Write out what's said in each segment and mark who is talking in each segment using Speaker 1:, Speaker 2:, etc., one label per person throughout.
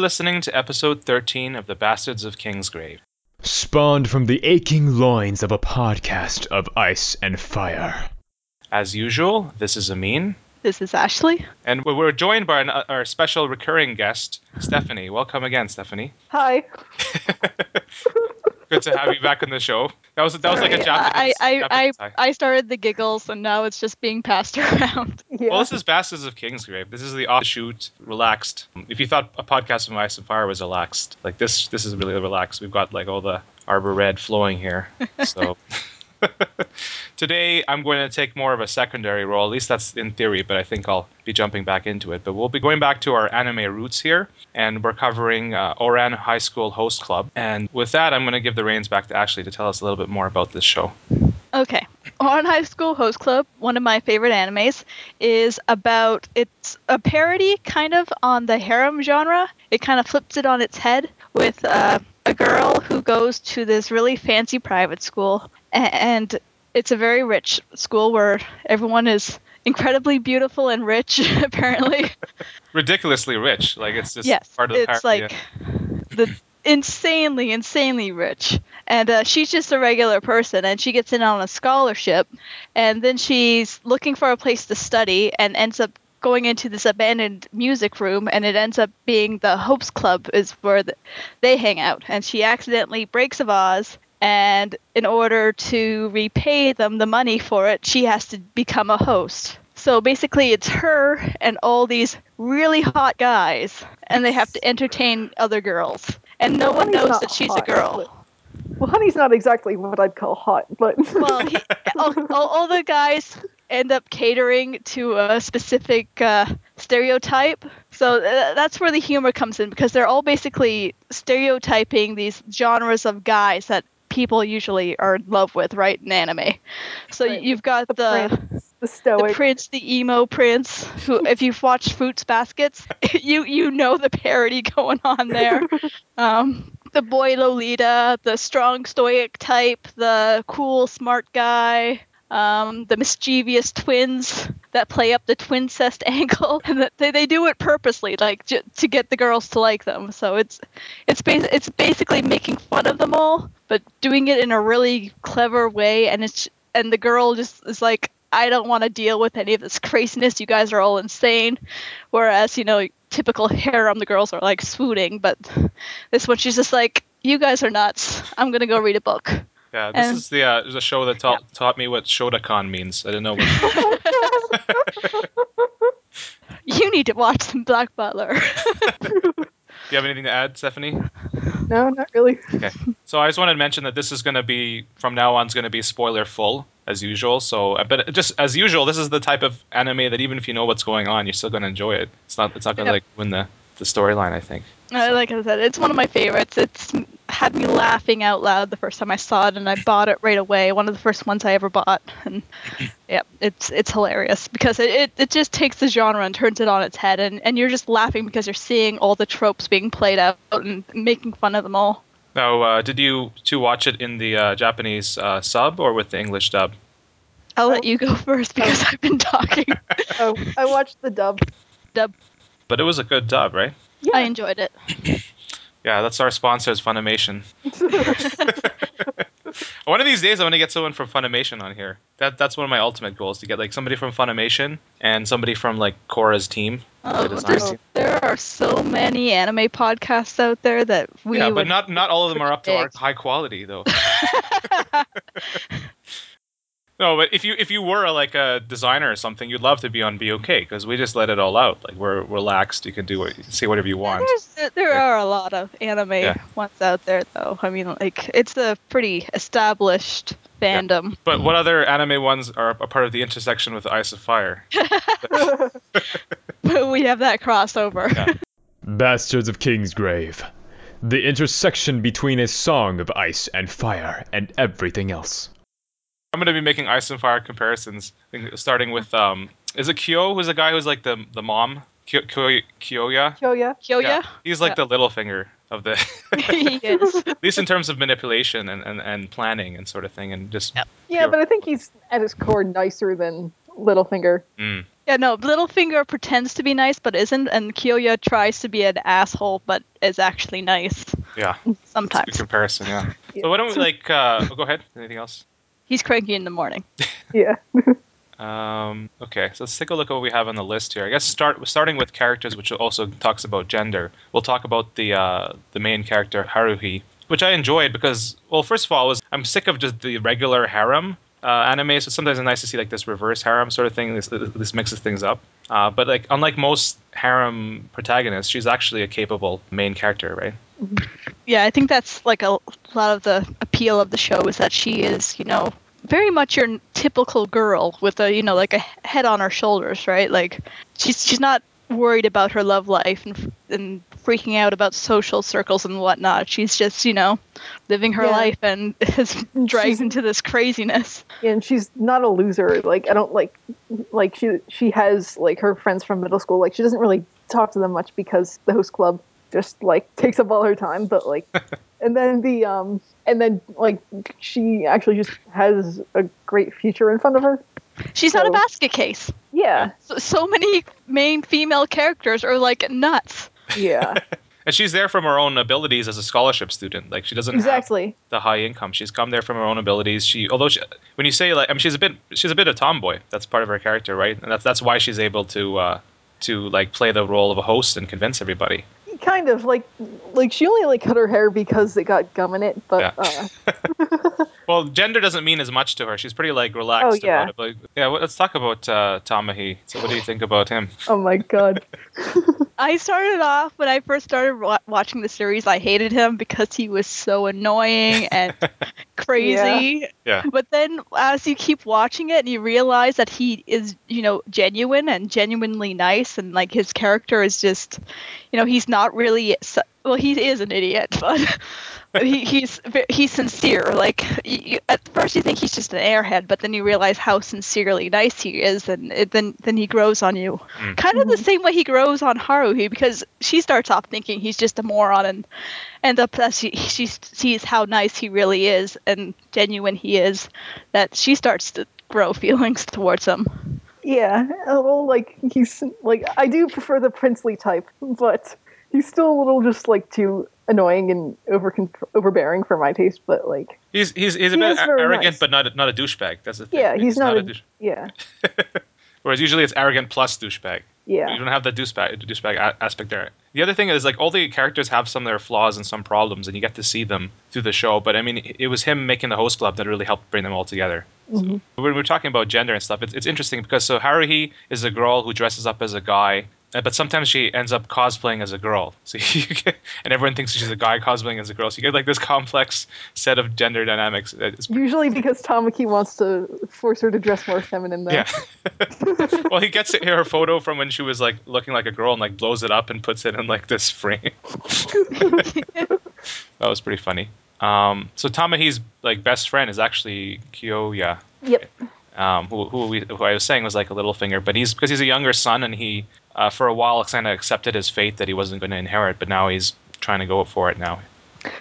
Speaker 1: listening to episode 13 of The Bastards of Kingsgrave.
Speaker 2: Spawned from the aching loins of a podcast of ice and fire.
Speaker 1: As usual, this is Amin,
Speaker 3: This is Ashley.
Speaker 1: and we- we're joined by an- uh, our special recurring guest, Stephanie. Welcome again, Stephanie.
Speaker 3: Hi.
Speaker 1: Good to have you back on the show. That was that was like a
Speaker 3: Sorry,
Speaker 1: Japanese.
Speaker 3: I, I,
Speaker 1: Japanese
Speaker 3: I,
Speaker 1: tie.
Speaker 3: I started the giggles, and now it's just being passed around.
Speaker 1: Well, this is Bastards of Kingsgrave. This is the offshoot, relaxed. If you thought a podcast from Ice and Fire was relaxed, like this, this is really relaxed. We've got like all the Arbor Red flowing here. So today I'm going to take more of a secondary role. At least that's in theory, but I think I'll be jumping back into it. But we'll be going back to our anime roots here, and we're covering uh, Oran High School Host Club. And with that, I'm going to give the reins back to Ashley to tell us a little bit more about this show.
Speaker 3: Okay. On High School Host Club, one of my favorite animes, is about it's a parody kind of on the harem genre. It kind of flips it on its head with uh, a girl who goes to this really fancy private school, a- and it's a very rich school where everyone is incredibly beautiful and rich, apparently.
Speaker 1: Ridiculously rich, like it's just
Speaker 3: yes,
Speaker 1: part of the
Speaker 3: it's
Speaker 1: parody.
Speaker 3: like the insanely, insanely rich, and uh, she's just a regular person, and she gets in on a scholarship, and then she's looking for a place to study, and ends up going into this abandoned music room, and it ends up being the Hopes Club is where the, they hang out, and she accidentally breaks a vase. And in order to repay them the money for it, she has to become a host. So basically, it's her and all these really hot guys, and they have to entertain other girls. And no one
Speaker 4: Honey's
Speaker 3: knows
Speaker 4: not
Speaker 3: that she's a
Speaker 4: hot,
Speaker 3: girl.
Speaker 4: but- Well, honey's not exactly what I'd call hot, but
Speaker 3: Well, he, all, all, all the guys end up catering to a specific uh, stereotype. So uh, that's where the humor comes in because they're all basically stereotyping these genres of guys that people usually are in love with, right, in anime. So
Speaker 4: Right,
Speaker 3: you've got
Speaker 4: the,
Speaker 3: the
Speaker 4: prince, the
Speaker 3: the
Speaker 4: stoic.
Speaker 3: prince, the emo prince. Who, if you've watched Fruits Baskets, you you know the parody going on there. Um, the boy Lolita, the strong stoic type, the cool smart guy, um, the mischievous twins that play up the twin cest angle, and that they, they do it purposely, like j- to get the girls to like them. So it's it's bas- it's basically making fun of them all, but doing it in a really clever way, and it's and the girl just is like, I don't want to deal with any of this craziness. You guys are all insane. Whereas you know, typical harem, the girls are like swooning, but this one she's just like, you guys are nuts. I'm gonna go read a book.
Speaker 1: Yeah, this
Speaker 3: And-
Speaker 1: is the uh, the show that taught taught me what Shodakan means. I didn't know. What,
Speaker 3: You need to watch some Black Butler.
Speaker 1: do you have anything to add, Stephanie?
Speaker 4: no, not really.
Speaker 1: So I just wanted to mention that this is going to be from now on is going to be spoiler full as usual. So, uh, but just as usual, this is the type of anime that even if you know what's going on, you're still going to enjoy it. It's not it's not going to
Speaker 3: Yeah.
Speaker 1: like win the the storyline. I think.
Speaker 3: Uh, like I said, it's one of my favorites. It's had me laughing out loud the first time I saw it, and I bought it right away. One of the first ones I ever bought, and yeah, it's it's hilarious because it, it, it just takes the genre and turns it on its head, and, and you're just laughing because you're seeing all the tropes being played out and making fun of them all.
Speaker 1: Now, uh, did you two watch it in the uh, Japanese uh, sub or with the English dub?
Speaker 3: I'll let you go first because I've been talking.
Speaker 4: Oh, I watched the dub.
Speaker 1: But it was a good dub, right?
Speaker 4: Yeah.
Speaker 3: I enjoyed it.
Speaker 1: Yeah, that's our sponsor is Funimation. one of these days, I'm gonna get someone from Funimation on here. That that's one of my ultimate goals to get like somebody from Funimation and somebody from like Cora's team.
Speaker 3: Oh,
Speaker 1: design
Speaker 3: there's,
Speaker 1: team.
Speaker 3: there are so many anime podcasts out there that we
Speaker 1: yeah, but
Speaker 3: would
Speaker 1: not not all of them are up to our
Speaker 3: predict.
Speaker 1: high quality though. no, but if you if you were like a designer or something, you'd love to be on BOK because we just let it all out. Like we're relaxed. You can do what, say whatever you want.
Speaker 3: There's, there are a lot of anime
Speaker 1: Yeah.
Speaker 3: ones out there, though. I mean, like it's a pretty established fandom.
Speaker 1: But what other anime ones are a part of the intersection with Ice of Fire?
Speaker 3: But we have that crossover.
Speaker 1: Yeah.
Speaker 2: Bastards of Kingsgrave. The intersection between a song of ice and fire and everything else.
Speaker 1: I'm gonna be making Ice and Fire comparisons, starting with um, is it Kyo who's the guy who's like the the mom? Kyo, Kyo, Kyoya.
Speaker 4: Oh yeah.
Speaker 3: Kyoya,
Speaker 1: He's like
Speaker 3: Yeah.
Speaker 1: the little finger of the,
Speaker 3: he is.
Speaker 1: at least in terms of manipulation and, and, and planning and sort of thing, and just
Speaker 4: Yeah, but I think he's at his core nicer than Littlefinger.
Speaker 1: mm,
Speaker 3: Yeah, no, Littlefinger pretends to be nice but isn't, and Kyoya tries to be an asshole but is actually nice
Speaker 1: Yeah, it's a good
Speaker 3: sometimes.
Speaker 1: comparison. Yeah.
Speaker 4: Yeah.
Speaker 1: So why don't we like? Uh, oh, go ahead. Anything else?
Speaker 3: He's cranky in the morning.
Speaker 4: Yeah.
Speaker 1: Um, okay, so let's take a look at what we have on the list here. I guess start starting with characters, which also talks about gender. We'll talk about the uh, the main character Haruhi, which I enjoyed because, well, first of all, was I'm sick of just the regular harem uh, anime. So sometimes it's nice to see like this reverse harem sort of thing. This this mixes things up. Uh, but like unlike most harem protagonists, she's actually a capable main character, right?
Speaker 3: Yeah, I think that's like a lot of the appeal of the show is that she is, you know, very much your typical girl with a, you know, like a head on her shoulders, right? Like she's she's not worried about her love life and and freaking out about social circles and whatnot. She's just, you know, living her
Speaker 4: Yeah.
Speaker 3: life and is dragged
Speaker 4: She's-
Speaker 3: into this craziness.
Speaker 4: and she's not a loser like i don't like like she she has like her friends from middle school like she doesn't really talk to them much because the host club just like takes up all her time but like and then the um and then like she actually just has a great future in front of her
Speaker 3: She's not a
Speaker 4: So-
Speaker 3: basket case.
Speaker 4: yeah
Speaker 3: So, so many main female characters are like nuts.
Speaker 4: yeah
Speaker 1: And she's there from her own abilities as a scholarship student. Like she doesn't have
Speaker 4: exactly
Speaker 1: the high income. She's come there from her own abilities. She, although she, when you say like, I mean, she's a bit, she's a bit of tomboy. That's part of her character, right? And that's that's why she's able to, uh, to like play the role of a host and convince everybody.
Speaker 4: kind of like like she only like cut her hair because it got gum in it but
Speaker 1: Yeah.
Speaker 4: uh,
Speaker 1: Well, gender doesn't mean as much to her. She's pretty like relaxed
Speaker 4: Oh, yeah.
Speaker 1: about it. Like, yeah, well, let's talk about uh, Tamahi. So, what do you think about him?
Speaker 4: oh my god
Speaker 3: I started off when I first started wa- watching the series. I hated him because he was so annoying and crazy.
Speaker 1: Yeah.
Speaker 3: But then, as you keep watching it, and you realize that he is, you know, genuine and genuinely nice, and like his character is just, you know, he's not really. s- Well, he is an idiot, but. But he, he's ve- he's sincere. Like you, you, at first you think he's just an airhead, but then you realize how sincerely nice he is, and it, then then he grows on you.
Speaker 1: Mm.
Speaker 3: Kind of the same way he grows on Haruhi, because she starts off thinking he's just a moron, and ends up that she she sees how nice he really is and genuine he is, that she starts to grow feelings towards him.
Speaker 4: Yeah, uh, well, like he's like I do prefer the princely type, but he's still a little just like too annoying and over overbearing for my taste. But like,
Speaker 1: He's he's he's a
Speaker 4: He
Speaker 1: bit
Speaker 4: is very
Speaker 1: arrogant,
Speaker 4: nice.
Speaker 1: but not not a douchebag. That's the thing.
Speaker 4: yeah, he's, not, a,
Speaker 1: douche-
Speaker 4: yeah,
Speaker 1: Whereas usually it's arrogant plus douchebag. You
Speaker 4: yeah,
Speaker 1: don't have the douchebag, douchebag a- aspect there. The other thing is like all the characters have some of their flaws and some problems, and you get to see them through the show. But I mean, it- it was him making the host club that really helped bring them all together.
Speaker 4: Mhm.
Speaker 1: When we're talking about gender and stuff, it's, it's interesting because so Haruhi is a girl who dresses up as a guy, uh, but sometimes she ends up cosplaying as a girl. So you get, and everyone thinks she's a guy cosplaying as a girl. So you get like this complex set of gender dynamics. It's
Speaker 4: Usually because Tamaki wants to force her to dress more feminine. Though.
Speaker 1: Yeah. well, he gets it- her photo from when she was like looking like a girl and like blows it up and puts it in like this frame. that was pretty funny. Um, so Tamahi's like best friend is actually Kyoya,
Speaker 4: Yep.
Speaker 1: um, who who, we, who I was saying was like a little finger, but he's because he's a younger son and he uh, for a while kind of accepted his fate that he wasn't going to inherit, but now he's trying to go for it now.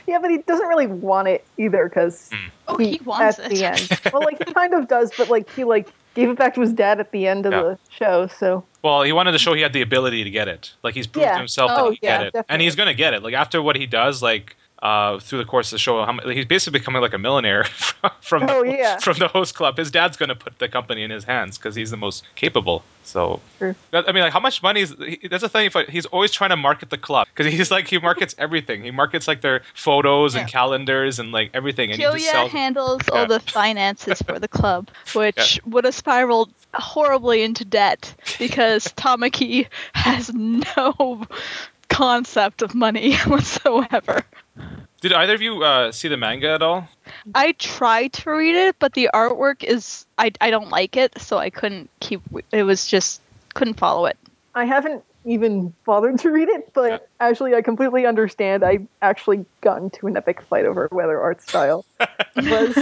Speaker 4: Yeah, but he doesn't really want it either because
Speaker 1: Hmm.
Speaker 3: Oh, he wants
Speaker 4: at
Speaker 3: it.
Speaker 4: the end. well, like he kind of does, but like he like gave it back to his dad at the end of
Speaker 1: Yeah.
Speaker 4: the show. So
Speaker 1: Well, he wanted to show he had the ability to get it. Like he's proved
Speaker 4: Yeah.
Speaker 1: to himself that
Speaker 4: Oh,
Speaker 1: he can
Speaker 4: yeah,
Speaker 1: get it, and he's
Speaker 4: definitely.
Speaker 1: gonna get it. Like after what he does, like uh, through the course of the show, how mu- he's basically becoming like a millionaire from from,
Speaker 4: Oh,
Speaker 1: the,
Speaker 4: yeah.
Speaker 1: from the host club. His dad's gonna put the company in his hands because he's the most capable. So.
Speaker 4: True.
Speaker 1: That, I mean, like, how much money is? He, that's the thing. But he's always trying to market the club because he's like he markets everything. He markets like their photos and
Speaker 3: Yeah.
Speaker 1: calendars and like everything. And he just
Speaker 3: Kyoya
Speaker 1: sells.
Speaker 3: handles
Speaker 1: Yeah.
Speaker 3: all the finances for the club, which would have spiraled horribly into debt because Tamaki has no concept of money whatsoever.
Speaker 1: Did either of you uh, see the manga at all?
Speaker 3: I tried to read it, but the artwork is I, I don't like it, so I couldn't keep it was just couldn't follow it.
Speaker 4: I haven't even bothered to read it, but
Speaker 1: Yeah.
Speaker 4: actually, I completely understand. I actually got into an epic fight over whether art style was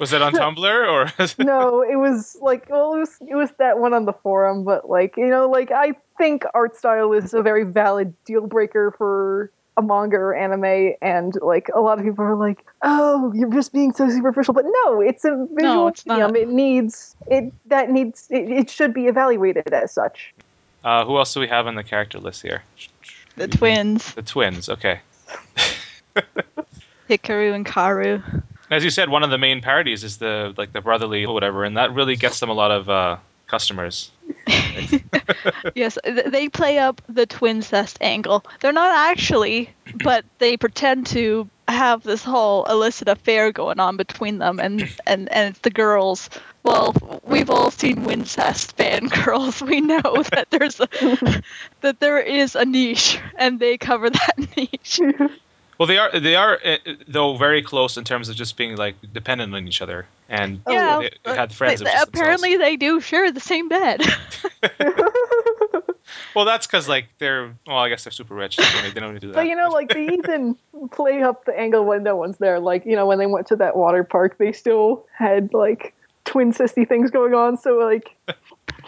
Speaker 1: Was it on Tumblr or?
Speaker 4: no. It was like well, it was it was that one on the forum, but like you know, like I think art style is a very valid deal breaker for a manga or anime, and like a lot of people are like, "Oh, you're just being so superficial." But no, it's a visual
Speaker 3: it's not.
Speaker 4: medium. It needs it. That needs it, it. should be evaluated as such.
Speaker 1: Uh, who else do we have on the character list here?
Speaker 3: The twins,
Speaker 1: The twins. Okay.
Speaker 3: Hikaru and Karu.
Speaker 1: As you said, one of the main parodies is the like the brotherly or whatever, and that really gets them a lot of uh, customers.
Speaker 3: Yes, th- they play up the twin cest angle. They're not actually, but they pretend to have this whole illicit affair going on between them and and and it's the girls. Well, we've all seen Wincest fan girls. We know that there's a, that there is a niche, and they cover that niche.
Speaker 1: Well, they are they are uh, uh, though very close in terms of just being like dependent on each other, and
Speaker 4: Oh,
Speaker 3: yeah,
Speaker 1: they, they
Speaker 3: but
Speaker 1: had friends.
Speaker 3: they-
Speaker 1: of
Speaker 3: they-
Speaker 1: just
Speaker 3: apparently they do share the same bed.
Speaker 1: themselves. well, that's because like they're well, I guess they're super rich. so they don't do that.
Speaker 4: But you know, like they even play up the angle when no one's there. Like you know, when they went to that water park, they still had like twin sisty things going on. So like,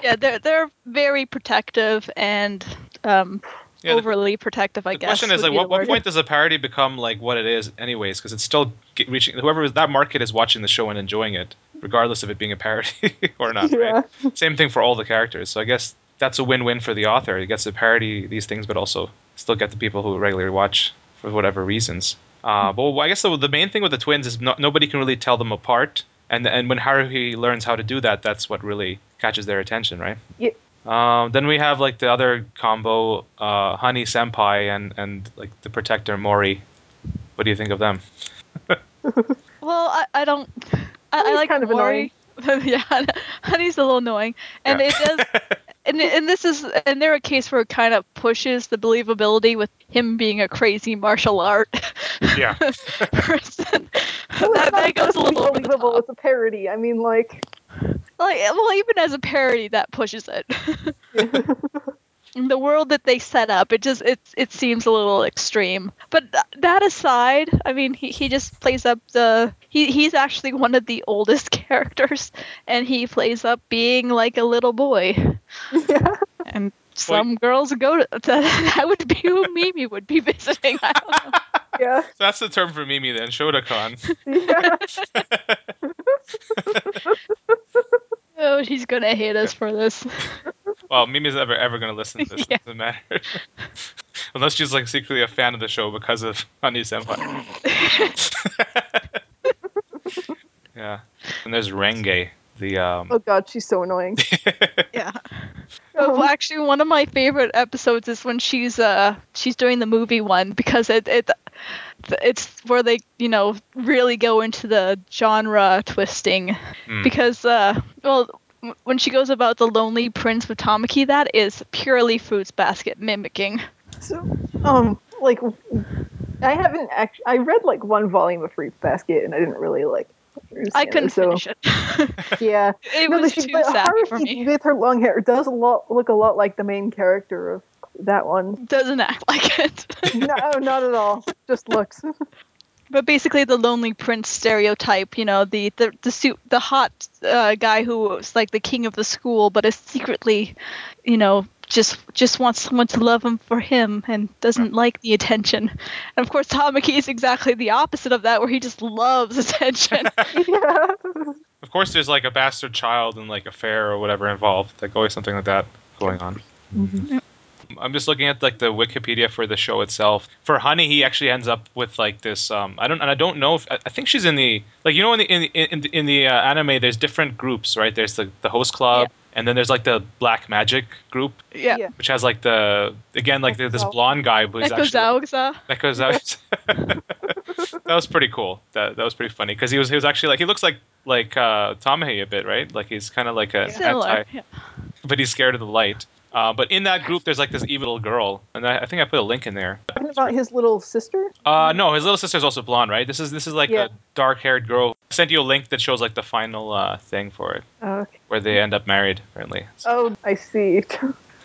Speaker 3: yeah, they're they're very protective and um,
Speaker 1: Yeah, the-
Speaker 3: overly protective. I
Speaker 1: the
Speaker 3: guess.
Speaker 1: question is
Speaker 3: would
Speaker 1: like,
Speaker 3: be the
Speaker 1: what, what
Speaker 3: word.
Speaker 1: point does a parody become like what it is, anyways? Because it's still get, reaching whoever that market is watching the show and enjoying it, regardless of it being a parody or not.
Speaker 4: yeah,
Speaker 1: Right? Same thing for all the characters. So I guess that's a win-win for the author. He gets to parody these things, but also still get the people who regularly watch for whatever reasons. Uh, but well, I guess the, the main thing with the twins is no, nobody can really tell them apart, and and when Haruhi learns how to do that, that's what really catches their attention, right?
Speaker 4: Yeah.
Speaker 1: Um, then we have like the other combo, uh, Honey Senpai and and like the protector Mori. What do you think of them?
Speaker 3: Well, I, I don't. I, I
Speaker 4: Honey's
Speaker 3: like
Speaker 4: kind of
Speaker 3: Maury. yeah, hon- honey's a little annoying, and
Speaker 1: Yeah.
Speaker 3: it does. And, and this is and they're a case where it kind of pushes the believability with him being a crazy martial art
Speaker 1: Yeah.
Speaker 3: person.
Speaker 4: Well, it's
Speaker 3: that,
Speaker 4: not
Speaker 3: that goes a
Speaker 4: supposed
Speaker 3: little
Speaker 4: to be
Speaker 3: over the
Speaker 4: believable.
Speaker 3: top.
Speaker 4: It's a parody. I mean, like,
Speaker 3: Like, well, even as a parody, that pushes it. In the world that they set up, it just it it seems a little extreme. But th- that aside, I mean, he, he just plays up the he he's actually one of the oldest characters, and he plays up being like a little boy.
Speaker 4: yeah.
Speaker 3: And some girls go to that, that would be who Mimi would be visiting. I don't know.
Speaker 4: yeah,
Speaker 1: So that's the term for Mimi then, Shodokan.
Speaker 4: yeah.
Speaker 3: Oh, she's gonna hate us for this.
Speaker 1: Well, Mimi's never ever going to listen to this.
Speaker 3: Yeah.
Speaker 1: Doesn't matter. Unless she's like secretly a fan of the show because of Honey Senpai. yeah. And there's Renge, the um,
Speaker 4: Oh god, she's so annoying.
Speaker 3: Yeah.
Speaker 4: Um,
Speaker 3: Well, actually, one of my favorite episodes is when she's uh she's doing the movie one because it it it's where they you know really go into the genre twisting
Speaker 1: Hmm.
Speaker 3: because uh well w- when she goes about the lonely prince with Tamaki that is purely Fruits Basket mimicking.
Speaker 4: So, um, like, I haven't actually. I read like one volume of Fruit Basket, and I didn't really like.
Speaker 3: I
Speaker 4: understand
Speaker 3: couldn't
Speaker 4: so,
Speaker 3: finish it.
Speaker 4: Yeah,
Speaker 3: It
Speaker 4: no,
Speaker 3: was
Speaker 4: she,
Speaker 3: too
Speaker 4: but
Speaker 3: sappy for
Speaker 4: Haruhi
Speaker 3: me.
Speaker 4: with her long hair does a lot look a lot like the main character of that one.
Speaker 3: Doesn't act like it.
Speaker 4: no, not at all. Just looks.
Speaker 3: But basically, the Lonely Prince stereotype, you know, the the the, suit, the hot uh, guy who was like the king of the school, but is secretly, you know, just just wants someone to love him for him and doesn't like the attention. And of course, Tamaki is exactly the opposite of that, where he just loves attention.
Speaker 4: yeah.
Speaker 1: Of course, there's like a bastard child and like affair or whatever involved. Like always something like that going on. I'm just looking at like the Wikipedia for the show itself. For Honey, he actually ends up with like this. Um, I don't and I don't know if I I think she's in the like you know in the in the, in the, in the uh, anime there's different groups right. There's the the host club and then there's like the black magic group
Speaker 3: yeah.
Speaker 4: Yeah.
Speaker 1: which has like the again like there's this
Speaker 4: Nekozawa.
Speaker 1: blonde guy who's
Speaker 3: That goes
Speaker 1: actually
Speaker 3: out, so-
Speaker 1: that goes out. that was pretty cool. That that was pretty funny because he was he was actually like he looks like like uh, Tomoe a bit, right? Like he's kind of like a
Speaker 3: Similar.
Speaker 1: anti,
Speaker 3: Yeah.
Speaker 1: but he's scared of the light. Uh, but in that group, there's like this evil little girl, and I, I think I put a link in there.
Speaker 4: Talking about his little sister.
Speaker 1: Uh, no, his little sister's also blonde, right? This is this is like
Speaker 4: Yeah.
Speaker 1: a dark-haired girl. I sent you a link that shows like the final uh, thing for it,
Speaker 4: Okay.
Speaker 1: where they end up married. Apparently, So-
Speaker 4: Uh, Oh, I see.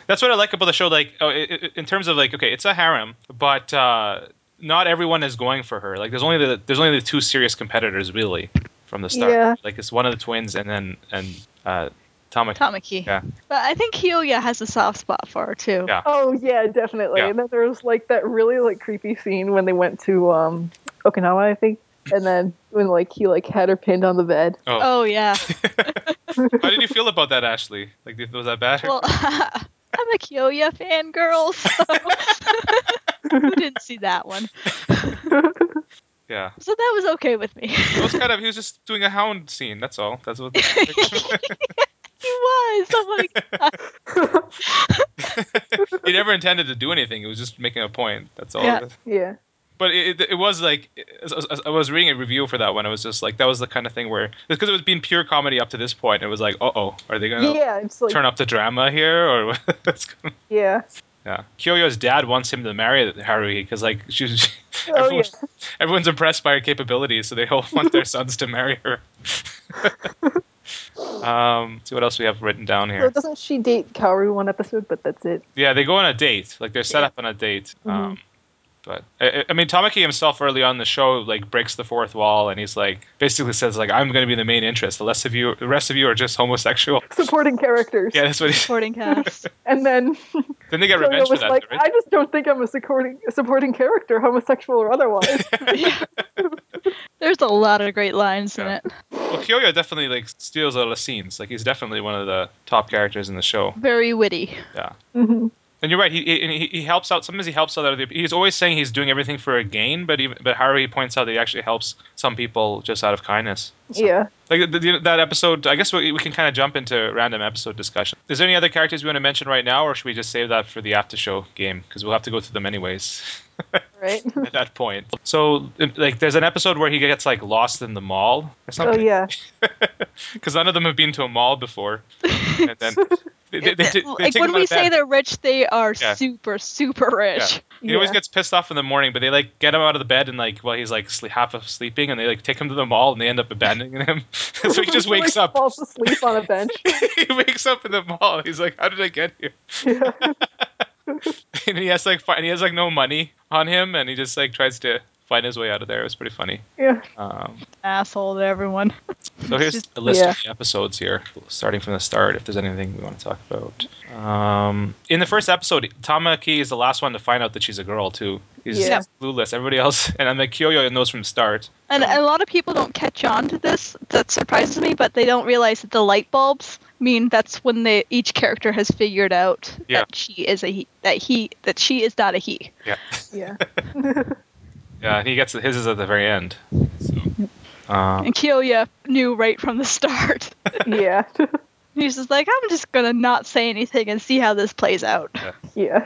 Speaker 1: that's what I like about the show. Like, oh, i i in terms of like, okay, it's a harem, but uh, not everyone is going for her. Like, there's only the there's only the two serious competitors really from the start.
Speaker 4: Yeah.
Speaker 1: Like, it's one of the twins, and then and uh, Tommy.
Speaker 3: Tamaki.
Speaker 1: Yeah.
Speaker 3: But I think Kyoya has a soft spot for her too.
Speaker 1: Yeah.
Speaker 4: Oh yeah, definitely.
Speaker 1: Yeah.
Speaker 4: And then there was like that really like creepy scene when they went to um Okinawa, I think. And then when like he like had her pinned on the bed.
Speaker 1: Oh.
Speaker 3: Oh yeah.
Speaker 1: How did you feel about that, Ashley? Like, did- was that bad?
Speaker 3: Well, I'm a Kyoya fangirl, so who didn't see that one?
Speaker 1: yeah.
Speaker 3: So that was okay with me.
Speaker 1: It was kind of, he was just doing a hound scene. That's all. That's what.
Speaker 3: he was. I'm like,
Speaker 1: he never intended to do anything. He was just making a point. That's all.
Speaker 3: Yeah.
Speaker 4: yeah.
Speaker 1: But it, it, it was like as- as- as I was reading a review for that one. It was just like that was the kind of thing where because it was being pure comedy up to this point. It was like, uh oh, are they gonna
Speaker 4: Yeah, it's like
Speaker 1: turn up the drama here or what's going?
Speaker 4: yeah.
Speaker 1: Yeah, Kyoyo's dad wants him to marry Haruhi because like she's
Speaker 4: Oh,
Speaker 1: everyone's, everyone's impressed by her capabilities, so they all want their sons to marry her. um, let's see what else we have written down
Speaker 4: So
Speaker 1: here.
Speaker 4: doesn't she date Kaoru one episode, but that's it.
Speaker 1: Yeah, they go on a date. Like they're set up on a date.
Speaker 4: Mm-hmm.
Speaker 1: Um, but I, I- I mean, Tamaki himself early on in the show like breaks the fourth wall, and he's like basically says like I'm going to be the main interest. The rest of you, the rest of you are just homosexual.
Speaker 4: Supporting characters.
Speaker 1: Yeah, that's what he.
Speaker 3: supporting cast.
Speaker 4: And then
Speaker 1: Then they get
Speaker 4: Kyoya
Speaker 1: revenge for
Speaker 4: was
Speaker 1: that,
Speaker 4: like,
Speaker 1: right?
Speaker 4: I just don't think I'm a supporting a supporting character, homosexual or otherwise.
Speaker 3: Yeah. There's a lot of great lines in
Speaker 1: Yeah.
Speaker 3: it.
Speaker 1: Well, Kyoya definitely like steals all the scenes. Like he's definitely one of the top characters in the show.
Speaker 3: Very witty.
Speaker 1: Yeah.
Speaker 4: hmm
Speaker 1: And you're right. He, he and he he helps out. Sometimes he helps out other. people. He's always saying he's doing everything for a gain, but even but Haruhi points out that he actually helps some people just out of kindness.
Speaker 4: Yeah.
Speaker 1: Like the, the, that episode, I guess we, we can kind of jump into random episode discussion. Is there any other characters we want to mention right now, or should we just save that for the after show game? Because we'll have to go through them anyways
Speaker 4: Right.
Speaker 1: at that point. So, um, like, there's an episode where he gets like lost in the mall or
Speaker 4: Oh
Speaker 1: something.
Speaker 4: yeah.
Speaker 1: Because none of them have been to a mall before. And then they, they, they, they
Speaker 3: like
Speaker 1: take him
Speaker 3: when
Speaker 1: out
Speaker 3: we
Speaker 1: of
Speaker 3: say
Speaker 1: bed.
Speaker 3: they're rich, they are
Speaker 1: Yeah.
Speaker 3: super, super rich.
Speaker 1: He always
Speaker 4: Yeah.
Speaker 1: gets pissed off in the morning, but they like get him out of the bed and like while he's like sleep, half of sleeping, and they like take him to the mall and they end up abandoning him. so he just
Speaker 4: like,
Speaker 1: wakes
Speaker 3: oh.
Speaker 1: up.
Speaker 4: Falls asleep on a bench.
Speaker 1: he wakes up in the mall. He's like, "How did I get here?"
Speaker 4: Yeah.
Speaker 1: and he has like fi- and he has like no money on him, and he just like tries to find his way out of there. It was pretty funny.
Speaker 4: yeah.
Speaker 1: Um,
Speaker 3: Asshole to everyone.
Speaker 1: so here's a list
Speaker 4: Yeah.
Speaker 1: of the episodes here, starting from the start. If there's anything we want to talk about, um, in the first episode, Tamaki is the last one to find out that she's a girl too. He's
Speaker 4: Yeah.
Speaker 1: clueless. Everybody else, and I'm like Kyoyo knows from the start.
Speaker 3: And a lot of people don't catch on to this. That surprises me, but they don't realize that the light bulbs mean that's when they each character has figured out
Speaker 1: Yeah.
Speaker 3: that she is a he, that he that she is not a he.
Speaker 1: Yeah,
Speaker 4: Yeah.
Speaker 1: yeah. He gets his is at the very end.
Speaker 4: Mm-hmm.
Speaker 1: So, um,
Speaker 3: And Kyoya knew right from the start.
Speaker 4: Yeah.
Speaker 3: He's just like, I'm just gonna not say anything and see how this plays out.
Speaker 4: yeah.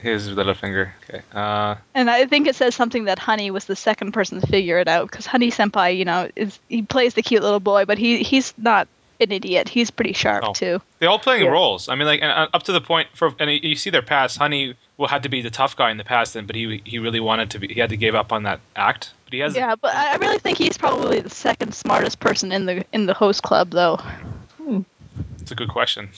Speaker 1: his little finger. Okay. Uh,
Speaker 3: And I think it says something that Honey was the second person to figure it out because Honey Senpai, you know, is he plays the cute little boy, but he he's not an idiot. He's pretty sharp
Speaker 1: No.
Speaker 3: too.
Speaker 1: They're all playing
Speaker 4: Yeah.
Speaker 1: roles. I mean, like and, uh, up to the point for, and you- you see their past. Honey well, had to be the tough guy in the past, and but he he really wanted to be. He had to give up on that act, but he has.
Speaker 3: Yeah, but I I really think he's probably the second smartest person in the in the host club though.
Speaker 1: It's a good question.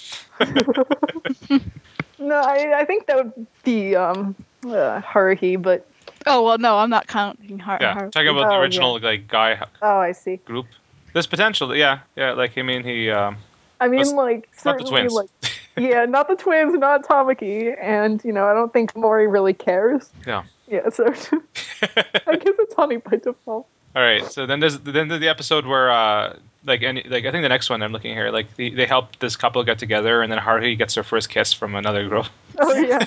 Speaker 4: No, I, I think that would be um, uh, Haruhi, but
Speaker 3: Oh well, no, I'm not counting her.
Speaker 1: Yeah,
Speaker 3: her-
Speaker 1: talking about the
Speaker 4: Oh, yeah.
Speaker 1: original like guy h-
Speaker 4: oh, I see.
Speaker 1: group. There's potential. Yeah, yeah. Like I mean, he. Um,
Speaker 4: I mean,
Speaker 1: That's-
Speaker 4: like
Speaker 1: not the
Speaker 4: certainly,
Speaker 1: twins.
Speaker 4: like yeah, not the twins, not Tamaki, and you know, I don't think Mori really cares.
Speaker 1: yeah.
Speaker 4: Yeah, so I guess it's Honey by default.
Speaker 1: All right. So then there's then there's the episode where uh like any like I think the next one I'm looking here like the, they help this couple get together and then Haruhi gets her first kiss from another girl.
Speaker 4: Oh yeah,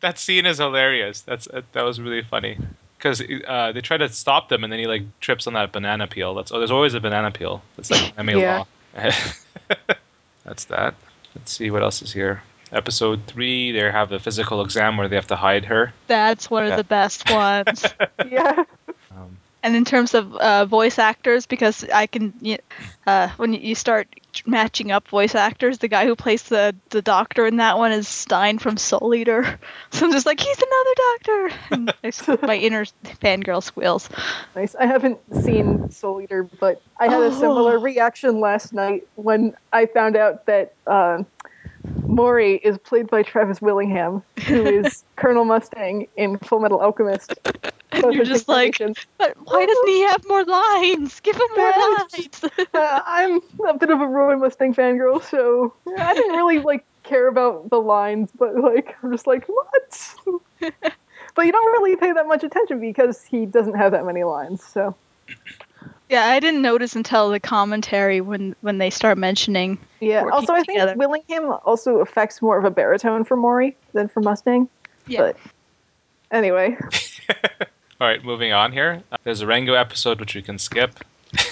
Speaker 1: that scene is hilarious. That's uh, that was really funny because uh, they try to stop them, and then he like trips on that banana peel. That's oh, there's always a banana peel. That's like anime
Speaker 4: Yeah.
Speaker 1: law. That's that. Let's see what else is here. Episode three, they have the physical exam where they have to hide her.
Speaker 3: That's one
Speaker 1: Yeah.
Speaker 3: of the best ones.
Speaker 4: yeah,
Speaker 1: Um,
Speaker 3: and in terms of uh, voice actors, because I can, y- uh, when you start matching up voice actors, the guy who plays the the doctor in that one is Stein from Soul Eater. So I'm just like, he's another doctor. And it's- my inner fangirl squeals.
Speaker 4: nice. I haven't seen Soul Eater, but I had a similar
Speaker 3: Oh.
Speaker 4: reaction last night when I found out that um, Mori is played by Travis Willingham, who is Colonel Mustang in Full Metal Alchemist.
Speaker 3: and you're just like, but why doesn't he have more lines? Give him more
Speaker 4: That
Speaker 3: lines.
Speaker 4: uh, I'm a bit of a Rowan Mustang fangirl, so I didn't really like care about the lines, but like I'm just like what? but you don't really pay that much attention because he doesn't have that many lines. So
Speaker 3: yeah, I didn't notice until the commentary when when they start mentioning.
Speaker 4: yeah.
Speaker 3: Working
Speaker 4: also, I think
Speaker 3: together.
Speaker 4: Willingham also affects more of a baritone for Maury than for Mustang.
Speaker 3: Yeah.
Speaker 4: But anyway,
Speaker 1: All right, moving on here. Uh, there's a Rango episode which we can skip.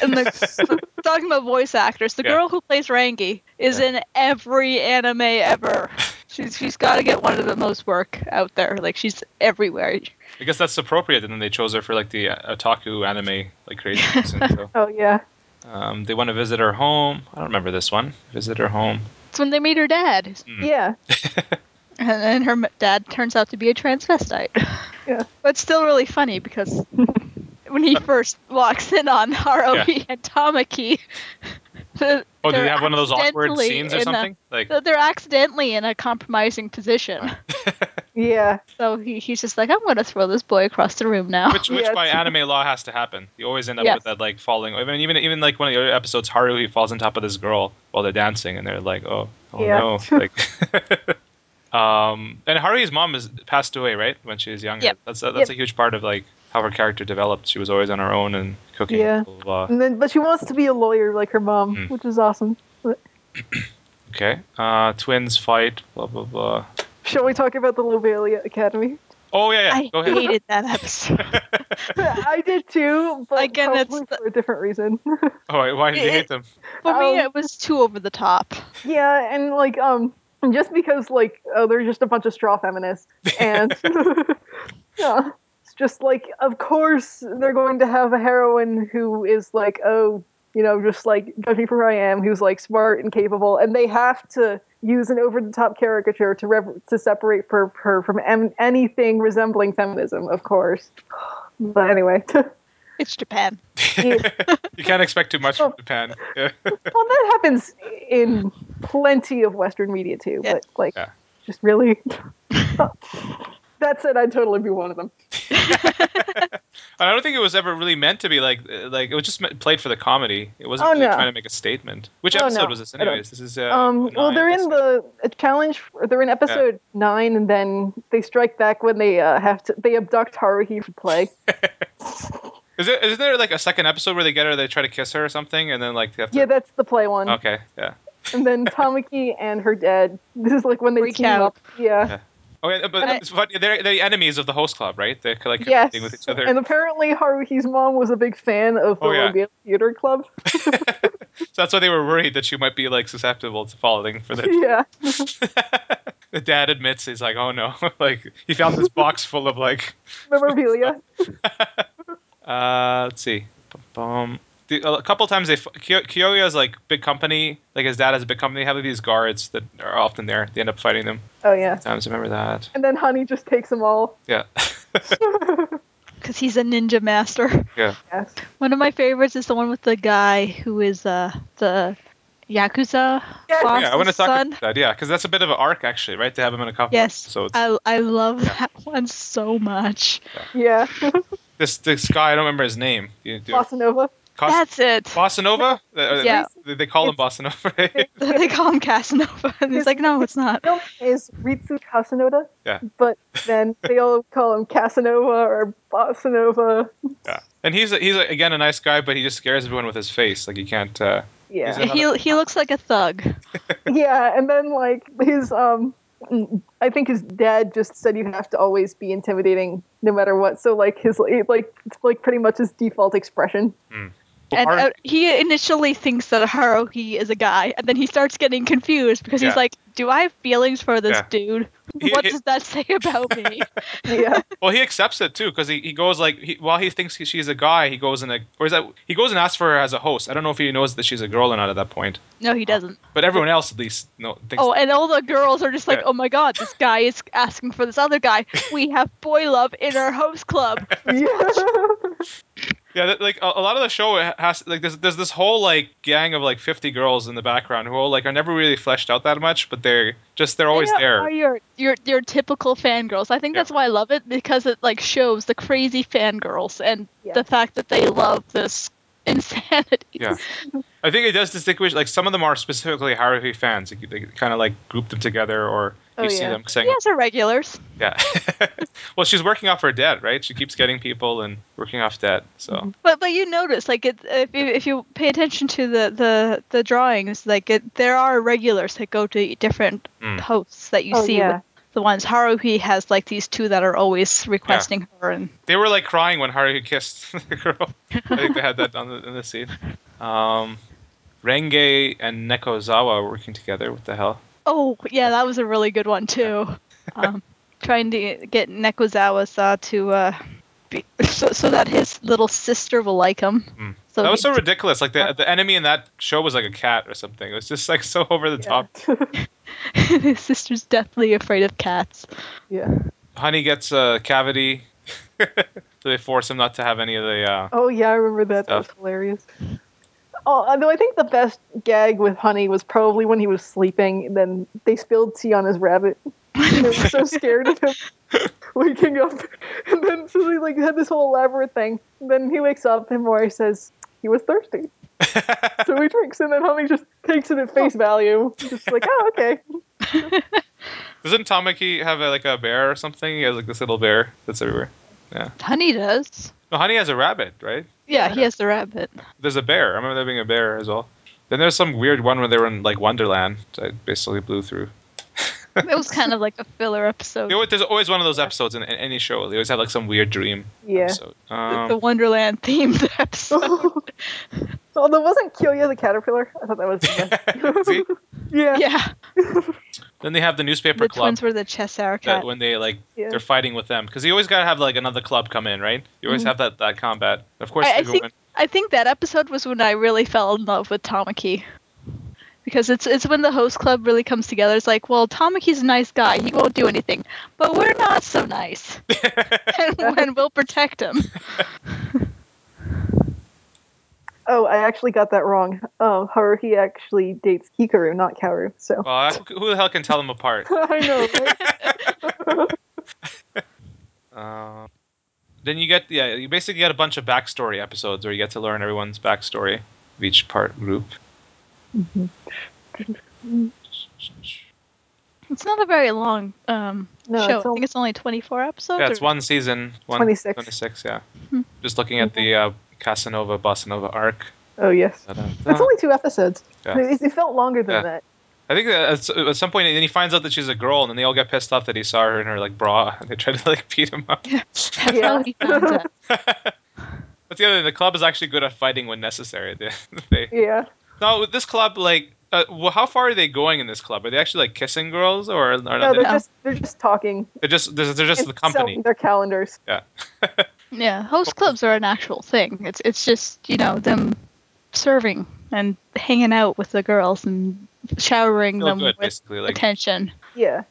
Speaker 3: and the, talking about voice actors, the
Speaker 1: Yeah.
Speaker 3: girl who plays Rangi is
Speaker 1: Yeah.
Speaker 3: in every anime ever. She's she's got to get one of the most work out there. Like she's everywhere.
Speaker 1: I guess that's appropriate, and then they chose her for like the uh, otaku anime like crazy person. So
Speaker 4: oh yeah,
Speaker 1: um, they want to visit her home. I don't remember this one. Visit her home.
Speaker 3: It's when they meet her dad,
Speaker 1: Hmm.
Speaker 4: yeah,
Speaker 3: and then her m- dad turns out to be a transvestite.
Speaker 4: Yeah.
Speaker 3: but it's still really funny because when he first walks in on Haruhi and Tamaki. the-
Speaker 1: Oh, do
Speaker 3: they're
Speaker 1: they have one of those awkward
Speaker 3: accidentally
Speaker 1: scenes or
Speaker 3: in a-
Speaker 1: something? like,
Speaker 3: they're accidentally in a compromising position.
Speaker 4: yeah.
Speaker 3: So he, he's just like, I'm going to throw this boy across the room now.
Speaker 1: which which
Speaker 4: Yeah,
Speaker 1: by
Speaker 4: it's-
Speaker 1: anime law has to happen. You always end up
Speaker 3: Yes.
Speaker 1: with that like falling. I mean, even even like one of the other episodes, Haru he falls on top of this girl while they're dancing, and they're like, oh, oh
Speaker 4: Yeah.
Speaker 1: no, like. um, and Haruhi's mom is passed away, right, when she was younger.
Speaker 3: Yep.
Speaker 1: That's a, that's
Speaker 4: Yep.
Speaker 1: a huge part of like how her character developed. She was always on her own and cooking.
Speaker 4: Yeah.
Speaker 1: blah, blah, blah.
Speaker 4: And then, but she wants to be a lawyer like her mom,
Speaker 1: Hmm.
Speaker 4: which is awesome.
Speaker 1: Okay. Uh, twins fight. Blah blah blah.
Speaker 4: Shall we talk about the Lobelia Academy?
Speaker 1: Oh yeah, yeah.
Speaker 3: I
Speaker 1: Go ahead.
Speaker 3: hated that episode.
Speaker 4: I did too, but
Speaker 3: Again,
Speaker 4: probably
Speaker 3: that's the-
Speaker 4: for a different reason.
Speaker 1: Oh, wait, why did you
Speaker 3: It-
Speaker 1: hate them?
Speaker 3: For me,
Speaker 4: Um,
Speaker 3: it was too over the top.
Speaker 4: Yeah, and like um just because like oh they're just a bunch of straw feminists and yeah, it's just like of course they're going to have a heroine who is like oh you know just like judging for who I am who's like smart and capable and they have to use an over the top caricature to rev- to separate her, her from em- anything resembling feminism of course but anyway
Speaker 3: It's Japan.
Speaker 1: You can't expect too much from Japan. Yeah.
Speaker 4: well, that happens in plenty of Western media too.
Speaker 3: Yeah.
Speaker 4: But like,
Speaker 1: Yeah.
Speaker 4: just really. that said, I'd totally be one of them.
Speaker 1: I don't think it was ever really meant to be like uh, like it was just meant, played for the comedy. It wasn't
Speaker 4: Oh,
Speaker 1: really
Speaker 4: no.
Speaker 1: trying to make a statement. Which
Speaker 4: Oh, no.
Speaker 1: episode was this,
Speaker 4: I don't-
Speaker 1: anyways? This is uh,
Speaker 4: um, well,
Speaker 1: nine,
Speaker 4: they're
Speaker 1: this
Speaker 4: in
Speaker 1: is-
Speaker 4: the a challenge. or They're in episode nine, and then they strike back when they uh, have to. They abduct Haruhi for play.
Speaker 1: Is it? Isn't there like a second episode where they get her? They try to kiss her or something, and then like they have to.
Speaker 4: yeah, that's the play one.
Speaker 1: okay. Yeah.
Speaker 4: And then Tamaki and her dad. This is like when they
Speaker 3: Freak
Speaker 4: team
Speaker 3: out.
Speaker 4: up. Yeah.
Speaker 1: Okay, uh, but
Speaker 3: I-
Speaker 1: it's funny, they're the enemies of the host club, right? They're like
Speaker 4: Yes.
Speaker 1: competing with each other.
Speaker 4: And apparently Haruhi's mom was a big fan of the
Speaker 1: Oh, yeah.
Speaker 4: Lobelia Theater Club.
Speaker 1: So that's why they were worried that she might be like susceptible to falling for the.
Speaker 4: yeah.
Speaker 1: the dad admits he's like, oh no, like he found this box full of like
Speaker 4: Memorabilia.
Speaker 1: Uh, let's see. Bum. The, a couple times they f- Kyo- Kyoya's like big company, like his dad has a big company. They have these guards that are often there. They end up fighting them.
Speaker 4: Oh yeah.
Speaker 1: Times remember that.
Speaker 4: And then Honey just takes them all.
Speaker 1: Yeah,
Speaker 3: Because he's a ninja master.
Speaker 1: yeah.
Speaker 4: Yes.
Speaker 3: One of my favorites is the one with the guy who is uh, the Yakuza
Speaker 4: Yes.
Speaker 3: boss's
Speaker 1: yeah I want to talk
Speaker 3: son.
Speaker 1: about that. Yeah, because that's a bit of an arc actually, right? To have him in a couple.
Speaker 3: Yes. Uh,
Speaker 1: So it's,
Speaker 3: I, I love that one so much.
Speaker 4: Yeah.
Speaker 1: this this guy I don't remember his name. You do-
Speaker 4: Bossa Nova.
Speaker 1: Cos-
Speaker 3: That's it.
Speaker 1: Bossa Nova? Uh,
Speaker 3: Yeah.
Speaker 1: They, they call him Bossa Nova. right?
Speaker 3: They call him Casanova, and he's like, no, it's not.
Speaker 4: His name is Ritsu Casanova.
Speaker 1: Yeah.
Speaker 4: But then they all call him Casanova or Bossa Nova.
Speaker 1: yeah. And he's a, he's a, again a nice guy, but he just scares everyone with his face. Like you can't. Uh,
Speaker 4: Yeah.
Speaker 1: He's
Speaker 3: He, he looks like a thug.
Speaker 4: yeah. And then like his um. I think his dad just said you have to always be intimidating no matter what. So like his like it's like pretty much his default expression.
Speaker 3: And
Speaker 1: Haru-
Speaker 3: uh, he initially thinks that Haruhi is a guy, and then he starts getting confused because
Speaker 1: Yeah.
Speaker 3: he's like, "Do I have feelings for this
Speaker 1: Yeah.
Speaker 3: dude?
Speaker 1: He-
Speaker 3: What
Speaker 1: he-
Speaker 3: does that say about me?"
Speaker 4: Yeah.
Speaker 1: Well, he accepts it too because he, he goes like he, while he thinks he, she's a guy, he goes and like, or is that he goes and asks for her as a host. I don't know if he knows that she's a girl or not at that point,
Speaker 3: no, he doesn't.
Speaker 1: but everyone else at least no thinks.
Speaker 3: Oh, and all the girls are just like,
Speaker 1: Yeah.
Speaker 3: "Oh my god, this guy is asking for this other guy. We have boy love in our host club."
Speaker 4: yeah.
Speaker 1: Yeah, that, like a, a lot of the show has like there's there's this whole like gang of like 50 girls in the background who all like are never really fleshed out that much, but they're just they're always
Speaker 3: They
Speaker 1: there.
Speaker 3: Are your your your typical fangirls? I think
Speaker 1: Yeah.
Speaker 3: that's why I love it because it like shows the crazy fangirls and
Speaker 4: Yeah.
Speaker 3: the fact that they love this insanity.
Speaker 1: Yeah. I think it does distinguish. Like some of them are specifically Haruhi fans. Like, they kind of like group them together, or you
Speaker 4: Oh,
Speaker 1: see
Speaker 4: yeah.
Speaker 1: them saying,
Speaker 3: Yes, are regulars.
Speaker 1: "Yeah." well, she's working off her debt, right? She keeps getting people and working off debt. So
Speaker 3: But but you notice like it, if you if you pay attention to the the the drawings like it, there are regulars that go to different
Speaker 1: Mm.
Speaker 3: posts that you
Speaker 4: Oh,
Speaker 3: see
Speaker 4: yeah.
Speaker 3: with the ones Haruhi has like these two that are always requesting her and
Speaker 1: they were like crying when Haruhi kissed the girl. I think they had that on the, in the scene. Um, Renge and Nekozawa were working together. What the hell?
Speaker 3: oh yeah that was a really good one too. um, trying to get Nekozawa-sa to uh, be, so, so that his little sister will like him.
Speaker 1: Mm.
Speaker 3: So
Speaker 1: that was
Speaker 3: he-
Speaker 1: so ridiculous. Like the the enemy in that show was like a cat or something. It was just like so over the top.
Speaker 3: his sister's deathly afraid of cats.
Speaker 4: yeah.
Speaker 1: Honey gets a cavity. so they force him not to have any of the. Uh,
Speaker 4: Oh yeah, I remember that. That was hilarious. Oh, although I think the best gag with Honey was probably when he was sleeping. And then they spilled tea on his rabbit. And they were so scared of him waking up. And then so they like had this whole elaborate thing. And then he wakes up, and Maury says he was thirsty, so he drinks. And then Honey just takes it at face value, just like, oh okay.
Speaker 1: Doesn't Tamaki have a, like a bear or something? He has like this little bear that's everywhere.
Speaker 3: Honey does.
Speaker 1: No, Honey has a rabbit, right?
Speaker 3: Yeah, he has the rabbit.
Speaker 1: There's a bear. I remember there being a bear as well. Then there's some weird one where they were in like Wonderland. which I basically blew through.
Speaker 3: It was kind of like a filler episode.
Speaker 1: You know what, there's always one of those episodes in, in any show. They always have like some weird dream
Speaker 4: Yeah.
Speaker 1: episode.
Speaker 3: the, the
Speaker 1: Um,
Speaker 3: Wonderland themed episode.
Speaker 4: Although wasn't Kyoya the caterpillar? I thought that was the best.
Speaker 1: see?
Speaker 4: yeah.
Speaker 3: yeah,
Speaker 1: Then they have the newspaper
Speaker 3: the
Speaker 1: club
Speaker 3: twins were the Cheshire
Speaker 1: that
Speaker 3: cat.
Speaker 1: when they like
Speaker 4: Yeah.
Speaker 1: they're fighting with them because you always gotta have like another club come in, right? You always
Speaker 4: Mhm.
Speaker 1: have that that combat. Of course,
Speaker 3: Mm-hmm. I, I
Speaker 1: they go in.
Speaker 3: think I think that episode was when I really fell in love with Tamaki. Because it's it's when the host club really comes together. It's like, well, Tamaki's a nice guy. He won't do anything, but we're not so nice, and, and we'll protect him.
Speaker 4: Oh, I actually got that wrong. Um, Haruhi actually dates Hikaru, not Kaoru. So
Speaker 1: Well, I- who the hell can tell them apart?
Speaker 4: I know. right?
Speaker 1: Um, then you get yeah, you basically get a bunch of backstory episodes where you get to learn everyone's backstory of each part group.
Speaker 3: It's not a very long um,
Speaker 4: No,
Speaker 3: show.
Speaker 4: it's
Speaker 3: I think
Speaker 4: only-
Speaker 3: it's only 24 episodes.
Speaker 1: Yeah, it's
Speaker 3: or-
Speaker 1: one season. One,
Speaker 4: 26.
Speaker 1: 26, yeah.
Speaker 3: Hmm.
Speaker 1: Just looking at the uh, Casanova Bossanova arc.
Speaker 4: Oh yes,
Speaker 1: Da, da,
Speaker 4: that's
Speaker 1: da.
Speaker 4: only two episodes.
Speaker 1: Yeah.
Speaker 4: It, it felt longer than
Speaker 1: Yeah.
Speaker 4: that.
Speaker 1: I think that at s- at some point, then he finds out that she's a girl, and then they all get pissed off that he saw her in her like bra, and they try to like beat him up.
Speaker 3: That's
Speaker 4: Yeah.
Speaker 3: how he found out.
Speaker 1: But the other thing, the club is actually good at fighting when necessary. They, they
Speaker 4: Yeah,
Speaker 1: now with this club, like, uh, well, how far are they going in this club? Are they actually like kissing girls, or are
Speaker 4: no, they're
Speaker 1: they,
Speaker 3: No.
Speaker 4: just they're just talking.
Speaker 1: they're just they're, they're just
Speaker 4: and
Speaker 1: the company?
Speaker 4: selling their calendars.
Speaker 3: Yeah, host clubs are an actual thing. It's it's just you know them serving and hanging out with the girls and showering
Speaker 1: Feel
Speaker 3: them
Speaker 1: good,
Speaker 3: with
Speaker 1: basically. Like,
Speaker 3: attention.
Speaker 4: Yeah,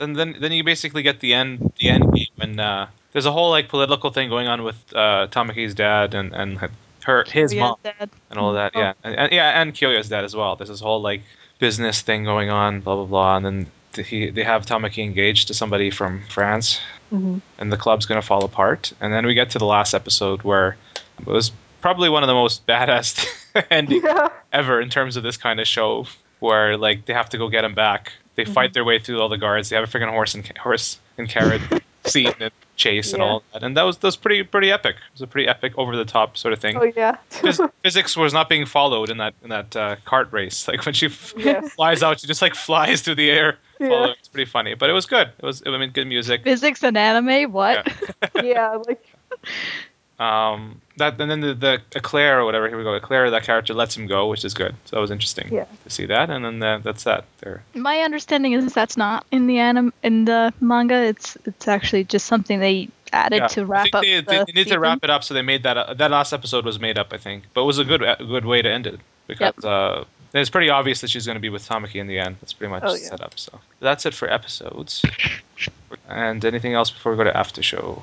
Speaker 1: and then then you basically get the end the end game when uh, there's a whole like political thing going on with uh, Tamaki's dad and and her his
Speaker 3: Yeah,
Speaker 1: mom
Speaker 3: Dad.
Speaker 1: and all that.
Speaker 3: Oh.
Speaker 1: Yeah, and, and- yeah, and Kyoya's dad as well. There's this whole like business thing going on, blah blah blah, and then th- he they have Tamaki engaged to somebody from France,
Speaker 4: Mhm.
Speaker 1: and the club's gonna fall apart. And then we get to the last episode where it was probably one of the most badass endings
Speaker 4: yeah.
Speaker 1: ever in terms of this kind of show, where like they have to go get him back. They
Speaker 4: Mm-hmm.
Speaker 1: fight their way through all the guards. They have a freaking horse and ca- horse and carrot scene and chase and
Speaker 4: Yeah.
Speaker 1: all that. And that was that was pretty pretty epic. It was a pretty epic over the top sort of thing
Speaker 4: Oh yeah.
Speaker 1: phys- physics was not being followed in that in that uh, cart race. Like when she f-
Speaker 4: yes.
Speaker 1: flies out, she just like flies through the air.
Speaker 4: Yeah.
Speaker 1: Followed. It's pretty funny, but it was good. It was I mean good music.
Speaker 3: Physics and anime, what?
Speaker 4: Yeah. Like
Speaker 1: Um, that and then the, the Eclair or whatever. Here we go. Eclair, that character lets him go, which is good. So that was interesting
Speaker 4: Yeah.
Speaker 1: to see that. And then uh that's that. There.
Speaker 3: My understanding is that's not in the anim in the manga. It's it's actually just something they added
Speaker 1: Yeah.
Speaker 3: to
Speaker 1: I
Speaker 3: wrap
Speaker 1: think
Speaker 3: up.
Speaker 1: they,
Speaker 3: the
Speaker 1: they, they need to
Speaker 3: season.
Speaker 1: wrap it up, so they made that uh, that last episode was made up, I think. But it was a good a good way to end it because uh, it's pretty obvious that she's going to be with Tamaki in the end. That's pretty much
Speaker 4: Oh, yeah.
Speaker 1: set up. So that's it for episodes. and anything else before we go to after show?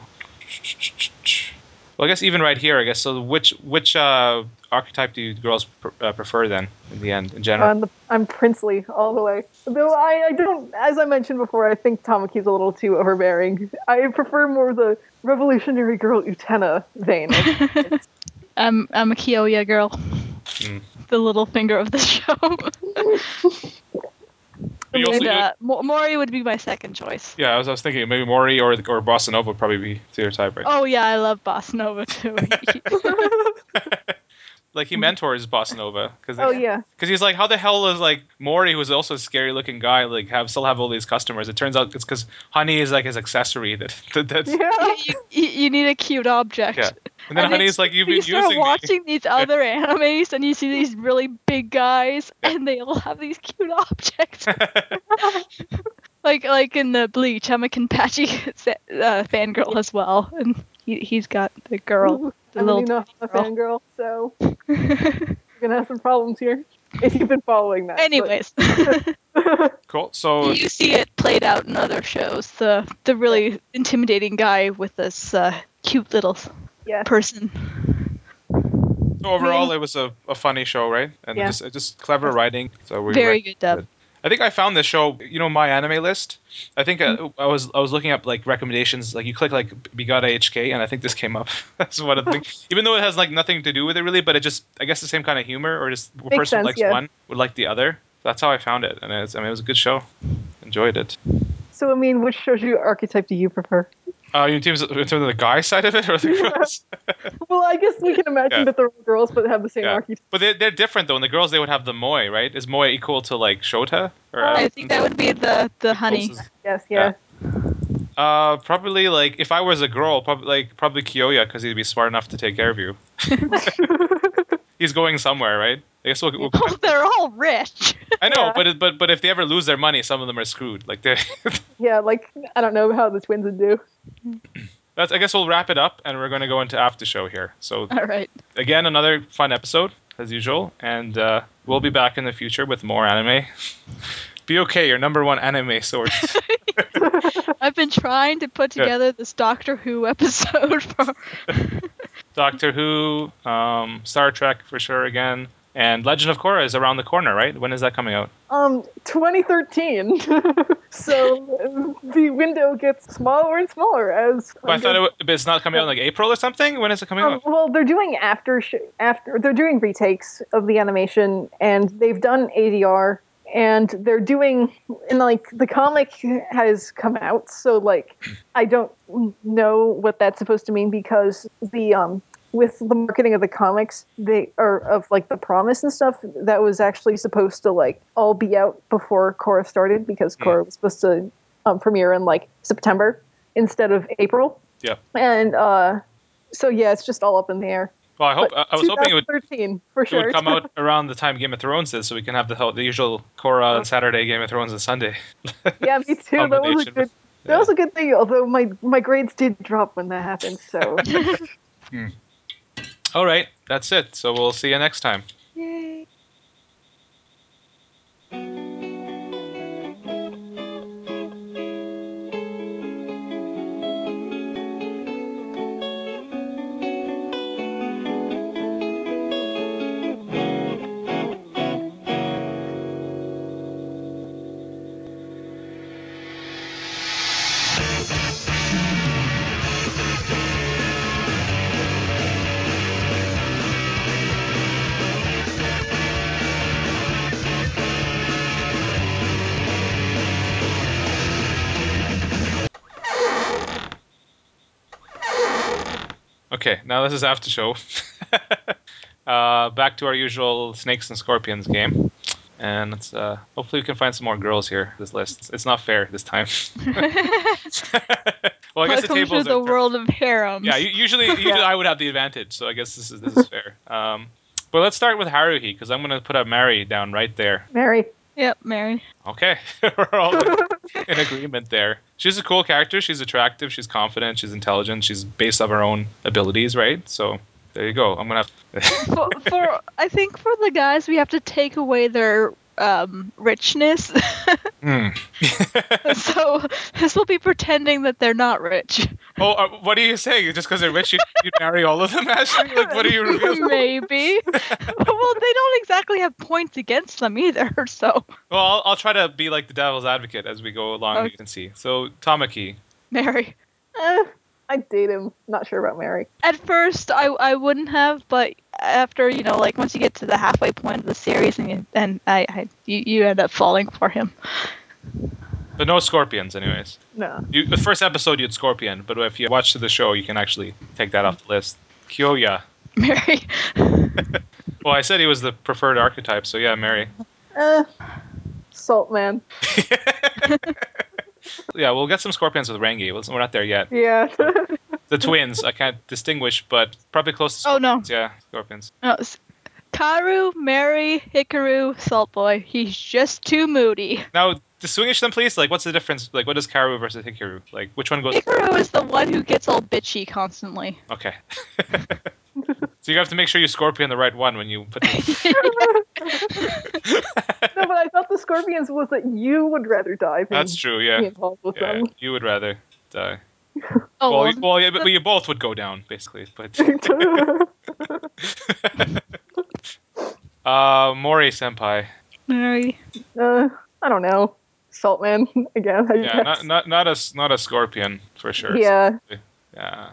Speaker 1: Well, I guess even right here, I guess. So which which uh, archetype do you girls pr- uh, prefer then in the end in general?
Speaker 3: Um,
Speaker 4: I'm, the, I'm princely all the way. Though I, I don't, as I mentioned before, I think Tamaki's a little too overbearing. I prefer more the revolutionary girl Utena vein.
Speaker 3: I'm I'm a Kiyoya girl.
Speaker 1: Mm.
Speaker 3: The little finger of the show.
Speaker 1: But you also-
Speaker 3: and, uh, Mo- Mori would be my second choice.
Speaker 1: yeah, I was, I was thinking maybe Mori or or Bossa Nova would probably be to your type, right?
Speaker 3: Oh yeah, I love Boss Nova too.
Speaker 1: Like he mentors Bossa Nova because
Speaker 4: oh yeah,
Speaker 1: because he's like, how the hell is like Mori, who's also a scary looking guy, like have still have all these customers? It turns out it's because Honey is like his accessory that, that that's
Speaker 4: yeah.
Speaker 3: you, you, you need a cute object.
Speaker 1: Yeah. And then
Speaker 3: And
Speaker 1: Honey's
Speaker 3: it's-
Speaker 1: like, you've
Speaker 3: you
Speaker 1: been
Speaker 3: start
Speaker 1: using me.
Speaker 3: watching these other animes and you see these really big guys
Speaker 1: Yeah.
Speaker 3: and they all have these cute objects like like in the bleach i'm a kenpachi sa- uh, fangirl as well and he, he's got the girl the
Speaker 4: I'm
Speaker 3: little
Speaker 4: Mm-hmm. you know I'm a
Speaker 3: tiny
Speaker 4: fangirl, so we're gonna have some problems here. If you've been following that, but-
Speaker 3: anyways
Speaker 1: Cool. So
Speaker 3: you see it played out in other shows the the really intimidating guy with this uh, cute little
Speaker 4: yeah,
Speaker 3: person
Speaker 1: overall, it was a, a funny show, right? And
Speaker 4: Yeah.
Speaker 1: just just clever writing. So we
Speaker 3: very
Speaker 1: rec-
Speaker 3: good dub
Speaker 1: I think I found this show. You know, my anime list. I think uh I, was I was looking up like recommendations. Like you click like Bigata HK, and I think this came up. That's what I think. Even though it has like nothing to do with it really, but it just I guess the same kind of humor, or just a
Speaker 4: Makes
Speaker 1: person who
Speaker 4: sense,
Speaker 1: likes
Speaker 4: yeah.
Speaker 1: one would like the other. That's how I found it, and it's, I mean it was a good show. Enjoyed it.
Speaker 4: So I mean, which shoujo archetype do you prefer?
Speaker 1: Uh, in terms of, in terms of the guy side of it, or the girls?
Speaker 4: Well, I guess we can imagine
Speaker 1: Yeah.
Speaker 4: that they're all girls but have the same
Speaker 1: Yeah.
Speaker 4: archetype.
Speaker 1: But they're, they're different though. In the girls, they would have the moi, right? Is moi equal to like shota? Or,
Speaker 3: Oh,
Speaker 1: uh,
Speaker 3: i think that would be the the honey
Speaker 4: Yes,
Speaker 1: Yeah.
Speaker 4: yeah.
Speaker 1: Uh, probably like if I was a girl, probably like probably Kiyoya because he'd be smart enough to take care of you. He's going somewhere, right? I guess we'll. we'll
Speaker 3: oh they're all rich
Speaker 1: I know,
Speaker 4: Yeah.
Speaker 1: but it, but but if they ever lose their money, some of them are screwed. Like they.
Speaker 4: Yeah, like I don't know how the twins would do.
Speaker 1: That's, I guess we'll wrap it up, and we're going to go into after show here. So
Speaker 3: all right
Speaker 1: again, another fun episode as usual, and uh, we'll be back in the future with more anime. be okay, your number one anime source.
Speaker 3: I've been trying to put
Speaker 1: Yeah.
Speaker 3: together this Doctor Who episode for
Speaker 1: Doctor Who, um, Star Trek for sure again, and Legend of Korra is around the corner, right? When is that coming out?
Speaker 4: Um, 2013. so the window gets smaller and smaller as.
Speaker 1: But I thought it, w- but it's not coming out in like April or something. When is it coming
Speaker 4: Um,
Speaker 1: out?
Speaker 4: well, they're doing after sh- after they're doing retakes of the animation, and they've done ADR, and they're doing and like the comic has come out, so like I don't know what that's supposed to mean because the um with the marketing of the comics they or of like the promise and stuff that was actually supposed to like all be out before Korra started
Speaker 1: Hmm.
Speaker 4: because Korra was supposed to um, premiere in like September instead of April.
Speaker 1: Yeah.
Speaker 4: And uh so yeah, it's just all up in the air.
Speaker 1: Well, I hope
Speaker 4: But
Speaker 1: Oh, I, I was hoping it would,
Speaker 4: 2013 for
Speaker 1: it
Speaker 4: sure.
Speaker 1: would come out around the time Game of Thrones is, so we can have the hel- the usual Korra on Saturday, Game of Thrones on Sunday.
Speaker 4: yeah, me too. That was a
Speaker 1: combination.
Speaker 4: good.
Speaker 1: Yeah.
Speaker 4: That was a good thing. Although my my grades did drop when that happened. So
Speaker 1: All right, that's it. So we'll see you next time.
Speaker 3: Yay.
Speaker 1: Okay, now this is after show. uh, back to our usual snakes and scorpions game, and it's, uh, hopefully we can find some more girls here. This list, it's not fair this time. well, I guess the
Speaker 3: Welcome to
Speaker 1: tables
Speaker 3: the
Speaker 1: are.
Speaker 3: world of harems.
Speaker 1: Yeah, u- usually, usually I would have the advantage, so I guess this is this is fair. Um, but let's start with Haruhi because I'm gonna put up Mary down right there.
Speaker 4: Mary,
Speaker 3: Yep, Mary.
Speaker 1: Okay, we're all in, in agreement there. She's a cool character. She's attractive. She's confident. She's intelligent. She's based on her own abilities, right? So there you go. I'm gonna. Have
Speaker 3: For, for I think for the guys, we have to take away their um, richness.
Speaker 1: Hmm.
Speaker 3: so this will be pretending that they're not rich.
Speaker 1: Oh, uh, what are you saying? Just because they're rich, you'd, you'd marry all of them, Ashley? Like, what are you revealing?
Speaker 3: Maybe. well, they don't exactly have points against them either. So
Speaker 1: Well, I'll, I'll try to be like the devil's advocate as we go along.
Speaker 3: Okay.
Speaker 1: You can see. So, Tamaki.
Speaker 3: Mary.
Speaker 4: Eh, I'd date him. Not sure about Mary.
Speaker 3: At first, I I wouldn't have, but after you know, like once you get to the halfway point of the series, and you, and I, I you, you end up falling for him.
Speaker 1: But no scorpions, anyways.
Speaker 4: No.
Speaker 1: You, the first episode, you'd scorpion, but if you watch the show, you can actually take that off the list. Kyoya.
Speaker 3: Mary.
Speaker 1: Well, I said he was the preferred archetype, so yeah, Mary.
Speaker 4: Eh, salt man.
Speaker 1: Yeah, we'll get some scorpions with Rangi. Let's- We're not there yet.
Speaker 4: Yeah.
Speaker 1: The twins, I can't distinguish, but probably close to
Speaker 3: Oh no.
Speaker 1: scorpions. Yeah, scorpions.
Speaker 3: no it's- Karu, Mary, Hikaru, Salt Boy. He's just too moody.
Speaker 1: Now, distinguish them, please. Like, what's the difference? Like, what is Karu versus Hikaru? Like, which one goes?
Speaker 3: Hikaru is the one who gets all bitchy constantly.
Speaker 1: Okay. so you have to make sure you scorpion the right one when you put.
Speaker 4: No, but I thought the scorpions was that you would rather die than
Speaker 1: That's true.
Speaker 4: be
Speaker 1: Yeah.
Speaker 4: involved with
Speaker 1: yeah.
Speaker 4: them.
Speaker 1: You would rather die. well,
Speaker 3: Oh, well,
Speaker 1: you- well, yeah, but you both would go down basically. But uh, Mori senpai.
Speaker 3: Mary.
Speaker 4: uh, I don't know. Salt man again. I
Speaker 1: Yeah,
Speaker 4: guess.
Speaker 1: not not not a s- not a scorpion for sure.
Speaker 4: Mm, Yeah,
Speaker 1: Yeah.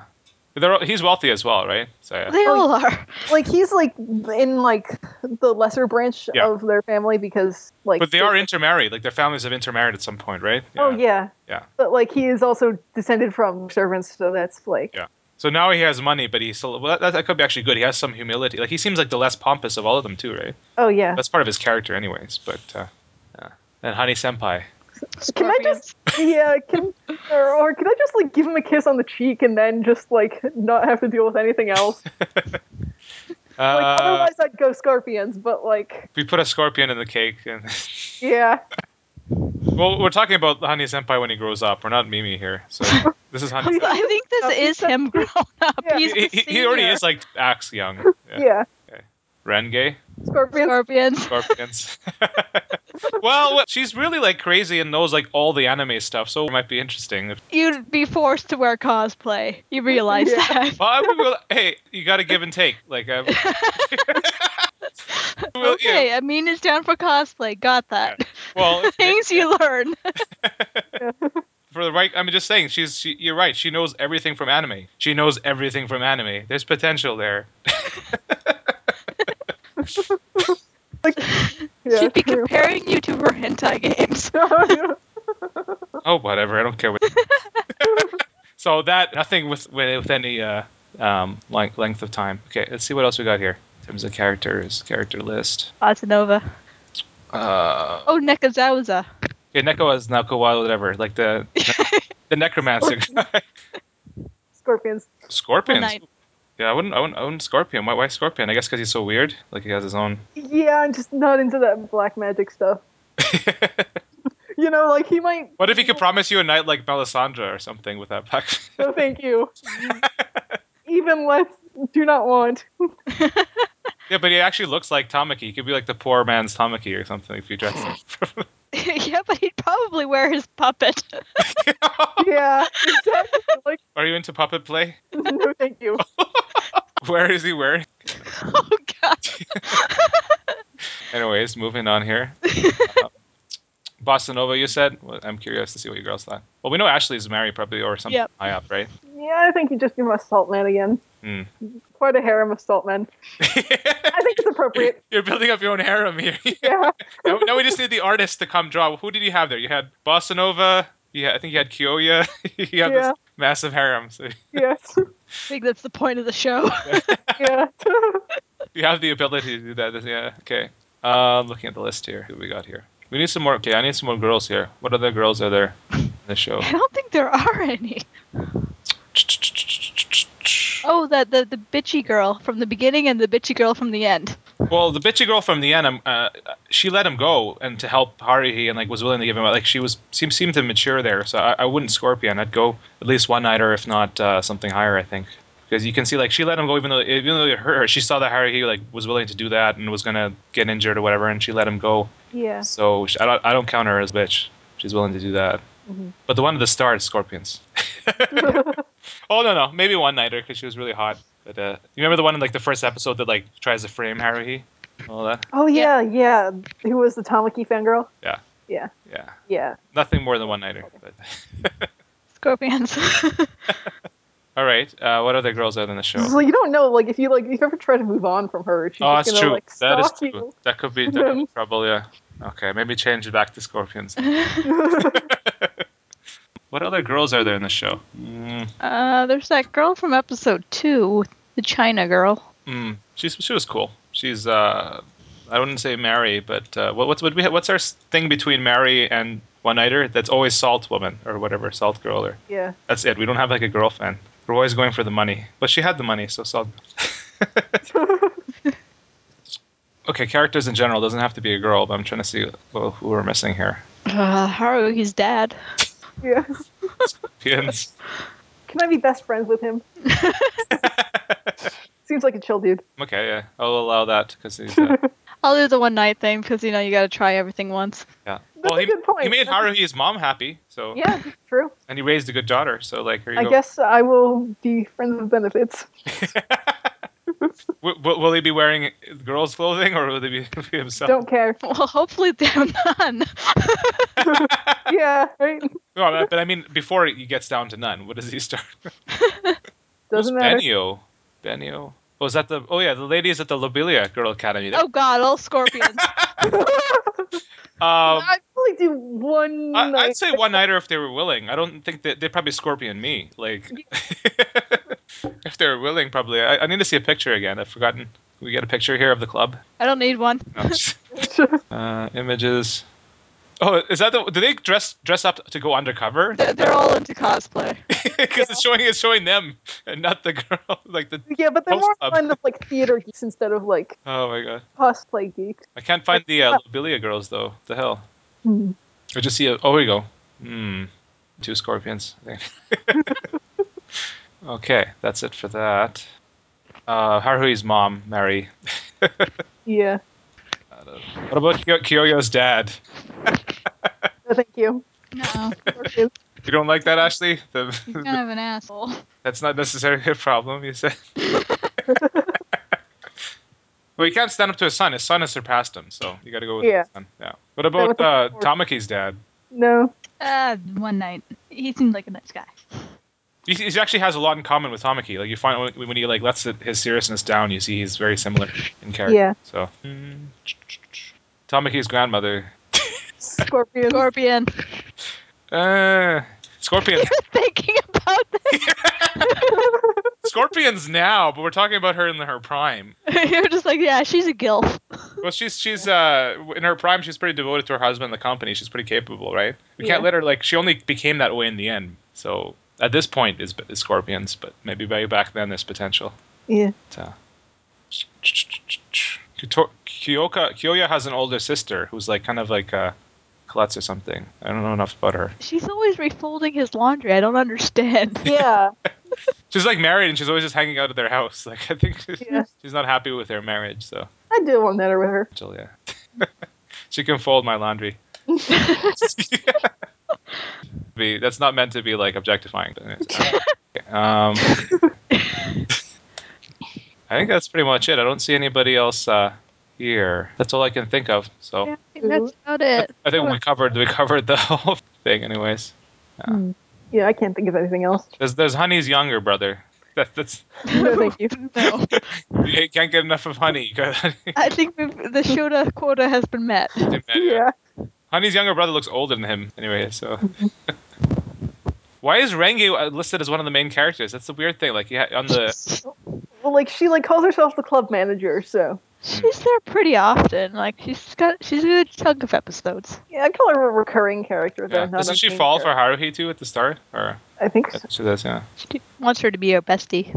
Speaker 1: They're, all- he's wealthy as well, right? So yeah.
Speaker 3: They all are.
Speaker 4: like he's like in like the lesser branch
Speaker 1: Yeah.
Speaker 4: of their family because like.
Speaker 1: But they are intermarried. Like their families have intermarried at some point, right?
Speaker 4: Oh yeah.
Speaker 1: Yeah.
Speaker 4: But like he is also descended from servants, so that's like.
Speaker 1: Yeah. So now he has money, but he still well, that, that could be actually good. He has some humility. Like he seems like the less pompous of all of them too, right?
Speaker 4: Oh yeah.
Speaker 1: That's part of his character, anyways. But uh, yeah. and Honey Senpai.
Speaker 4: Can I just- yeah. uh, Can or, or can I just like give him a kiss on the cheek and then just like not have to deal with anything else?
Speaker 1: Uh,
Speaker 4: Like otherwise I'd go scorpions, but like
Speaker 1: we put a scorpion in the cake, and
Speaker 4: yeah.
Speaker 1: well, we're talking about Honey Senpai when he grows up. We're not Mimi here, so this is Honey.
Speaker 3: Scorpions. I think this is him grown up.
Speaker 4: Oh, Yeah.
Speaker 3: He's
Speaker 1: he,
Speaker 3: the
Speaker 1: he- he already
Speaker 3: senior.
Speaker 1: is like axe young.
Speaker 4: Yeah.
Speaker 1: Yeah. Renge.
Speaker 4: Scorpions.
Speaker 3: Scorpions.
Speaker 1: scorpions. well, what- she's really like crazy and knows like all the anime stuff, so it might be interesting. If,
Speaker 3: You'd be forced to wear cosplay. You realize
Speaker 4: Yeah.
Speaker 3: that.
Speaker 1: well, I would be like, hey, you got to give and take. Like, I, well, yeah,
Speaker 3: okay, I mean it's down for cosplay. Got that.
Speaker 1: well,
Speaker 3: Things you learn.
Speaker 1: for the right, I'm just saying, she's. She, you're right. She knows everything from anime. She knows everything from anime. There's potential there.
Speaker 4: Yeah,
Speaker 3: She'd be
Speaker 4: true.
Speaker 3: comparing you to her hentai games.
Speaker 1: Oh, whatever. I don't care what. so that nothing with with, with any uh, um, length length of time. Okay, let's see what else we got here in terms of characters, character list.
Speaker 3: Atanova.
Speaker 1: Uh,
Speaker 3: Oh, Nekazawa.
Speaker 1: Yeah, Neko is Neko Wild, whatever. Like the the necromancer guy.
Speaker 4: Scorpions.
Speaker 1: Scorpions.
Speaker 3: Well, nice.
Speaker 1: Yeah, I wouldn't, I wouldn't own Scorpion. Why, why Scorpion? I guess because he's so weird. Like he has his own.
Speaker 4: Yeah, I'm just not into that black magic stuff. You know, like he might.
Speaker 1: what if he could promise you a night like Melisandre or something with that pack?
Speaker 4: No, thank you. Even less. Do not want.
Speaker 1: yeah, but he actually looks like Tamaki. He could be like the poor man's Tamaki or something if you dress him.
Speaker 3: yeah, but he'd probably wear his puppet.
Speaker 4: Yeah, exactly. Like
Speaker 1: Are you into puppet play?
Speaker 4: no, thank you.
Speaker 1: Where is he wearing?
Speaker 3: oh god.
Speaker 1: Anyways, moving on here. Um, Bossa Nova, you said? Well, I'm curious to see what you girls thought. Well, we know Ashley's married probably or something
Speaker 3: Yep.
Speaker 1: high up, right?
Speaker 4: Yeah, I think you just give him a salt man again.
Speaker 1: Hmm.
Speaker 4: Quite a harem of salt men. I think it's appropriate.
Speaker 1: You're building up your own harem here.
Speaker 4: Yeah.
Speaker 1: now, now we just need the artist to come draw. Who did you have there? You had Bossa Nova. Yeah, I think you had Kyoya. you had
Speaker 4: Yeah.
Speaker 1: this massive harem. So
Speaker 4: Yes.
Speaker 3: I think that's the point of the show.
Speaker 4: Yeah.
Speaker 1: you have the ability to do that. Yeah. Okay. Uh, looking at the list here, who we got here? We need some more. Okay, I need some more girls here. What other girls are there in the show?
Speaker 3: I don't think there are any. Oh, that the, the bitchy girl from the beginning and the bitchy girl from the end.
Speaker 1: Well, the bitchy girl from the end, um, uh, she let him go and to help Haruhi and like was willing to give him like she was seemed seemed to mature there. So I, I wouldn't Scorpion. I'd go at least one nighter, if not uh, something higher. I think. because you can see like she let him go even though even though her she saw that Haruhi like was willing to do that and was gonna get injured or whatever, and she let him go.
Speaker 4: Yeah.
Speaker 1: So she, I don't I don't count her as a bitch. She's willing to do that.
Speaker 4: Mhm.
Speaker 1: But the one at the start, Scorpions.
Speaker 4: Mm-hmm.
Speaker 1: oh no no, maybe one nighter because she was really hot. But uh, you remember the one in like the first episode that like tries to frame Haruhi, and all that.
Speaker 4: Oh yeah, yeah. Who was the Tamaki fangirl?
Speaker 1: Yeah.
Speaker 4: Yeah.
Speaker 1: Yeah,
Speaker 4: Yeah.
Speaker 1: nothing more than one nighter. But
Speaker 3: Scorpions.
Speaker 1: all right, uh, what other girls are in the show?
Speaker 4: So you don't know, like if you like if you ever try to move on from her, she's
Speaker 1: Oh,
Speaker 4: just
Speaker 1: that's
Speaker 4: gonna
Speaker 1: true.
Speaker 4: like
Speaker 1: that is
Speaker 4: stalk
Speaker 1: true.
Speaker 4: you.
Speaker 1: That could be that could be trouble. Yeah. Okay, maybe change it back to Scorpions. what other girls are there in the show? Mm,
Speaker 3: uh, there's that girl from episode two, the China girl.
Speaker 1: mm, she's she was cool. She's uh, I wouldn't say Mary, but uh, what, what's what we have, what's our s- thing between Mary and One Nighter? That's always Salt Woman or whatever Salt Girl or
Speaker 4: Yeah.
Speaker 1: that's it. We don't have like a girlfriend. We're always going for the money, but she had the money, so Salt. okay, characters in general doesn't have to be a girl, but I'm trying to see well, who we're missing here.
Speaker 3: Uh, Haruhi's dad.
Speaker 4: Yeah.
Speaker 1: Pins.
Speaker 4: Can I be best friends with him? Seems like a chill dude.
Speaker 1: Okay, yeah, I'll allow that because he's. Uh,
Speaker 3: I'll do the one night thing because you know you got to try everything once.
Speaker 1: yeah.
Speaker 4: That's a
Speaker 1: he,
Speaker 4: good point.
Speaker 1: he made
Speaker 4: That's a-
Speaker 1: Haruhi's mom happy, so
Speaker 4: Yeah, true.
Speaker 1: and he raised a good daughter, so like here you
Speaker 4: I
Speaker 1: go.
Speaker 4: guess I will be friends with benefits.
Speaker 1: W- w- will he be wearing girls' clothing or will he be, be himself?
Speaker 4: Don't care.
Speaker 3: Well, hopefully they're none.
Speaker 4: Yeah, right.
Speaker 1: No, but- but I mean, before he gets down to none, what does he start?
Speaker 4: Doesn't matter.
Speaker 1: Benio. Benio. Oh, is that the? Oh yeah, the lady is at the Lobelia Girl Academy.
Speaker 3: oh God, all scorpions.
Speaker 1: um,
Speaker 4: I'd probably do one.
Speaker 1: I,
Speaker 4: night.
Speaker 1: I'd say one nighter if they were willing. I don't think that they'd probably scorpion me. Like, if they were willing, probably. I, I need to see a picture again. I've forgotten. We get a picture here of the club.
Speaker 3: I don't need one.
Speaker 1: No. uh, images. Oh, is that the? Do they dress dress up to go undercover?
Speaker 3: They're, they're all into cosplay.
Speaker 1: Because it's showing it's showing them and not the girl. Like the.
Speaker 4: yeah, but they're
Speaker 1: Post
Speaker 4: more
Speaker 1: club.
Speaker 4: fun of like theater geeks instead of like
Speaker 1: Oh my god.
Speaker 4: cosplay geeks.
Speaker 1: I can't find the uh, Lobelia girls though. What the hell.
Speaker 4: Hmm.
Speaker 1: I just see a. Oh, here we go. Hmm. Two scorpions. okay, that's it for that. Uh, Haruhi's mom, Mary.
Speaker 4: Yeah.
Speaker 1: What about Kyo- Kyoyo's dad?
Speaker 4: No, thank you.
Speaker 3: No,
Speaker 1: You don't like that, Ashley? The-
Speaker 3: he's kind of an asshole.
Speaker 1: that's not necessarily a problem, you said. well, you can't stand up to his son. His son has surpassed him, so you got to go with
Speaker 4: Yeah.
Speaker 1: his son. Yeah. What about uh,
Speaker 4: the-
Speaker 1: Tamaki's dad?
Speaker 4: no.
Speaker 3: Uh, one night. He seemed like a nice guy.
Speaker 1: He, he actually has a lot in common with Tamaki. Like you find when, when he like lets it, his seriousness down, you see he's very similar in character.
Speaker 4: Yeah.
Speaker 1: So mm, Tamaki's grandmother,
Speaker 4: Scorpion.
Speaker 3: Scorpion.
Speaker 1: uh, Scorpion,
Speaker 3: Thinking about this,
Speaker 1: Scorpion's now, but we're talking about her in her prime.
Speaker 3: you're just like, yeah, she's a gilf.
Speaker 1: Well, she's she's uh in her prime, she's pretty devoted to her husband, and the company. She's pretty capable, right? We can't
Speaker 4: Yeah.
Speaker 1: let her like she only became that way in the end. So at this point is, is Scorpions, but maybe way back then there's potential.
Speaker 4: yeah.
Speaker 1: So. Kyoto- Kyoka Kyoya has an older sister who's like kind of like a klutz or something. I don't know enough about her.
Speaker 3: She's always refolding his laundry. I don't understand.
Speaker 4: Yeah.
Speaker 1: She's like married and she's always just hanging out at their house. Like I think she's,
Speaker 4: Yeah.
Speaker 1: she's not happy with their marriage. So
Speaker 4: I'd do one nighter with her.
Speaker 1: Jill, yeah, she can fold my laundry. Be- That's not meant to be like objectifying. but it's- Um, I think that's pretty much it. I don't see anybody else uh, here. That's all I can think of. So.
Speaker 3: Yeah, I think that's about it.
Speaker 1: I think we covered we covered the whole thing, anyways.
Speaker 4: Yeah, I can't think of anything else.
Speaker 1: There's there's Honey's younger brother. That, that's
Speaker 4: No, thank you.
Speaker 3: No,
Speaker 1: you can't get enough of Honey. You got-
Speaker 3: I think we've, the Shota quota has been met.
Speaker 4: Yeah.
Speaker 1: Honey's younger brother looks older than him, anyway. So
Speaker 4: Mm-hmm.
Speaker 1: why is Renge uh, listed as one of the main characters? That's the weird thing. Like yeah, on the
Speaker 4: Well, like she like calls herself the club manager, so
Speaker 3: She's there pretty often. Like she's got, she's a good chunk of episodes.
Speaker 4: yeah, I call her a recurring character. Though,
Speaker 1: yeah.
Speaker 4: not
Speaker 1: doesn't
Speaker 4: a
Speaker 1: she
Speaker 4: main
Speaker 1: fall for
Speaker 4: character.
Speaker 1: Haruhi too at the start? Or
Speaker 4: I think
Speaker 1: yeah,
Speaker 4: so.
Speaker 1: she does, yeah.
Speaker 3: She wants her to be her bestie.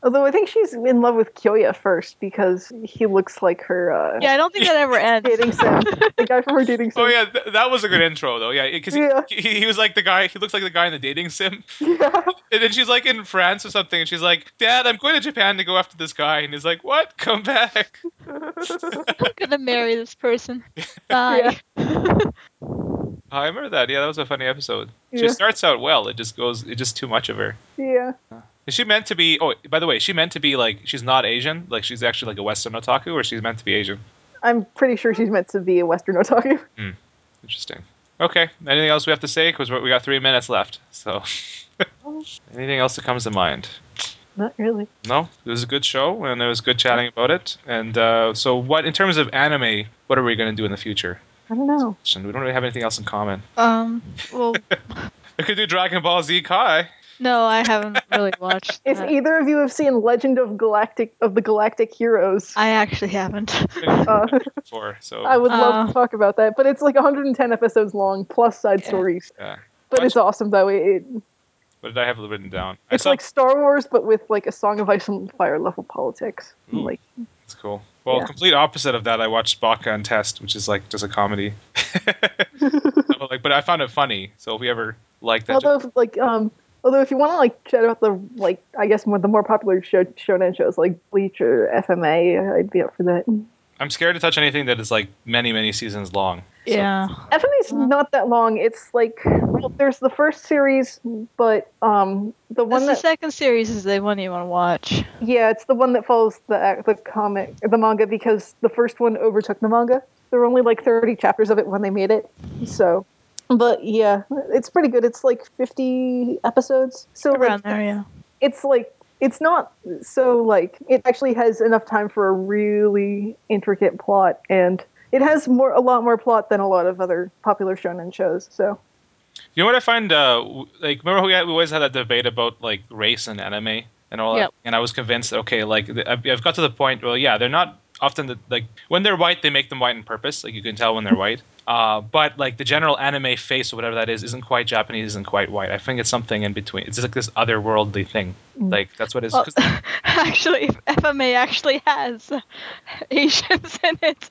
Speaker 4: Although I think she's in love with Kyoya first because he looks like her uh,
Speaker 3: Yeah, I don't think that ever ends.
Speaker 4: dating sim, the guy from her dating sim.
Speaker 1: Oh yeah, th- that was a good intro though. Yeah, because he,
Speaker 4: Yeah.
Speaker 1: he, he was like the guy. He looks like the guy in the dating sim.
Speaker 4: yeah.
Speaker 1: And then she's like in France or something, and she's like, "Dad, I'm going to Japan to go after this guy," and he's like, "What? Come back."
Speaker 3: I'm gonna marry this person. Bye.
Speaker 1: I remember that. Yeah, that was a funny episode. She
Speaker 4: Yeah.
Speaker 1: starts out well. It just goes. It's just too much of her.
Speaker 4: yeah.
Speaker 1: Is she meant to be? Oh, by the way, she meant to be like she's not Asian. Like she's actually like a Western otaku, or she's meant to be Asian.
Speaker 4: I'm pretty sure she's meant to be a Western otaku.
Speaker 1: Interesting. Okay. Anything else we have to say? Because we got three minutes left. So, anything else that comes to mind?
Speaker 4: Not really.
Speaker 1: No, it was a good show, and it was good chatting about it. And uh, so, what in terms of anime? What are we going to do in the future?
Speaker 4: I don't know.
Speaker 1: And we don't really have anything else in common.
Speaker 3: Um. Well,
Speaker 1: We could do Dragon Ball Z Kai.
Speaker 3: no, I haven't really watched.
Speaker 4: If
Speaker 3: that.
Speaker 4: either of you have seen Legend of Galactic of the Galactic Heroes,
Speaker 3: I actually haven't.
Speaker 4: uh,
Speaker 1: Before, so
Speaker 4: I would love
Speaker 3: Uh.
Speaker 4: to talk about that. But it's like 110 episodes long plus side
Speaker 3: Yeah.
Speaker 4: stories.
Speaker 1: yeah.
Speaker 4: But
Speaker 1: Why
Speaker 4: it's awesome though. It,
Speaker 1: What did I have written down? I
Speaker 4: it's
Speaker 1: saw,
Speaker 4: like Star Wars, but with like a Song of Ice and Fire level politics.
Speaker 1: Ooh.
Speaker 4: Like
Speaker 1: it's cool. Well,
Speaker 4: yeah.
Speaker 1: complete opposite of that. I watched Baka and Test, which is like just a comedy. I'm like, but I found it funny. So if we ever like that,
Speaker 4: although if, like um although if you want to like chat about the like I guess more the more popular show, shonen shows like Bleach or FMA, I'd be up for that.
Speaker 1: I'm scared to touch anything that is like many, many seasons long. So-
Speaker 3: yeah.
Speaker 4: FMA's not that long. It's like well, there's the first series, but um the one
Speaker 3: That's the
Speaker 4: that
Speaker 3: second series is the one you want to watch.
Speaker 4: Yeah, it's the one that follows the the comic, the manga, because the first one overtook the manga. There were only like thirty chapters of it when they made it, so. But yeah, it's pretty good. It's like fifty episodes, so
Speaker 3: Around
Speaker 4: like,
Speaker 3: there, yeah.
Speaker 4: it's like it's not so like it actually has enough time for a really intricate plot, and it has more a lot more plot than a lot of other popular shonen shows. So
Speaker 1: You know what I find? Uh, w- like, remember we, had, we always had that debate about like race and anime and all
Speaker 3: Yep.
Speaker 1: that, and I was convinced. Okay, like th- I've I've got to the point. Well, yeah, they're not often the, like when they're white, they make them white on purpose. Like you can tell when they're white. Uh, but like the general anime face or whatever that is, isn't quite Japanese, isn't quite white. I think it's something in between. It's like this otherworldly thing. Like that's what it is.
Speaker 3: Mm. Well,
Speaker 1: 'Cause-
Speaker 3: actually, FMA actually has Asians in it.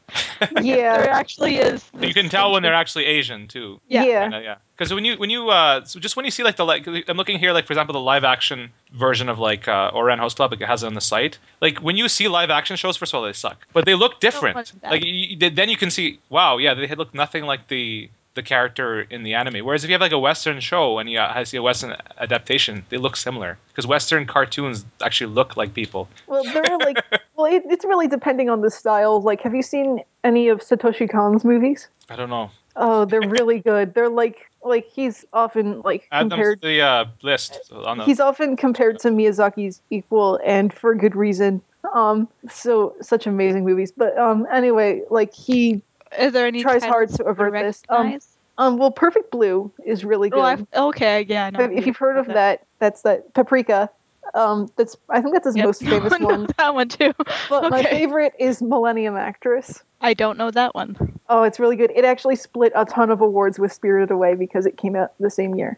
Speaker 3: There
Speaker 4: yeah,
Speaker 3: actually is.
Speaker 1: you can tell when they're actually Asian too.
Speaker 3: Yeah.
Speaker 1: I know, uh, yeah. Because when you when you uh, so just when you see like the like I'm looking here like for example the live action version of like uh, Oran House Club like it has it on the site. Like when you see live action shows, first of all they suck, but they look different.
Speaker 3: much
Speaker 4: Oh,
Speaker 3: better.
Speaker 1: Like you, you- then you can see wow yeah they had looked nothing like the the character in the anime. Whereas if you have like a Western show and you uh, see a Western adaptation, they look similar because Western cartoons actually look like people.
Speaker 4: Well, they're like, well, it, it's really depending on the style. Like, have you seen any of Satoshi Kon's movies?
Speaker 1: I don't know.
Speaker 4: Oh, they're really good. They're like, like he's often like
Speaker 1: Add them to
Speaker 4: compared.
Speaker 1: the uh, list on the
Speaker 4: He's often compared to Miyazaki's equal, and for good reason. Um, so such amazing movies. But um, anyway, like he
Speaker 3: Is there any
Speaker 4: tries
Speaker 3: titles
Speaker 4: hard to
Speaker 3: you
Speaker 4: avert this. Um,
Speaker 3: recognize?
Speaker 4: um, well, Perfect Blue is really good.
Speaker 3: oh, I've, okay, yeah, I know.
Speaker 4: if you've heard of that, that's that Paprika. Um, that's I think that's his
Speaker 3: Yep.
Speaker 4: most famous
Speaker 3: I know
Speaker 4: one.
Speaker 3: That one too.
Speaker 4: But my
Speaker 3: Okay.
Speaker 4: favorite is Millennium Actress.
Speaker 3: I don't know that one.
Speaker 4: Oh, it's really good. It actually split a ton of awards with Spirited Away because it came out the same year.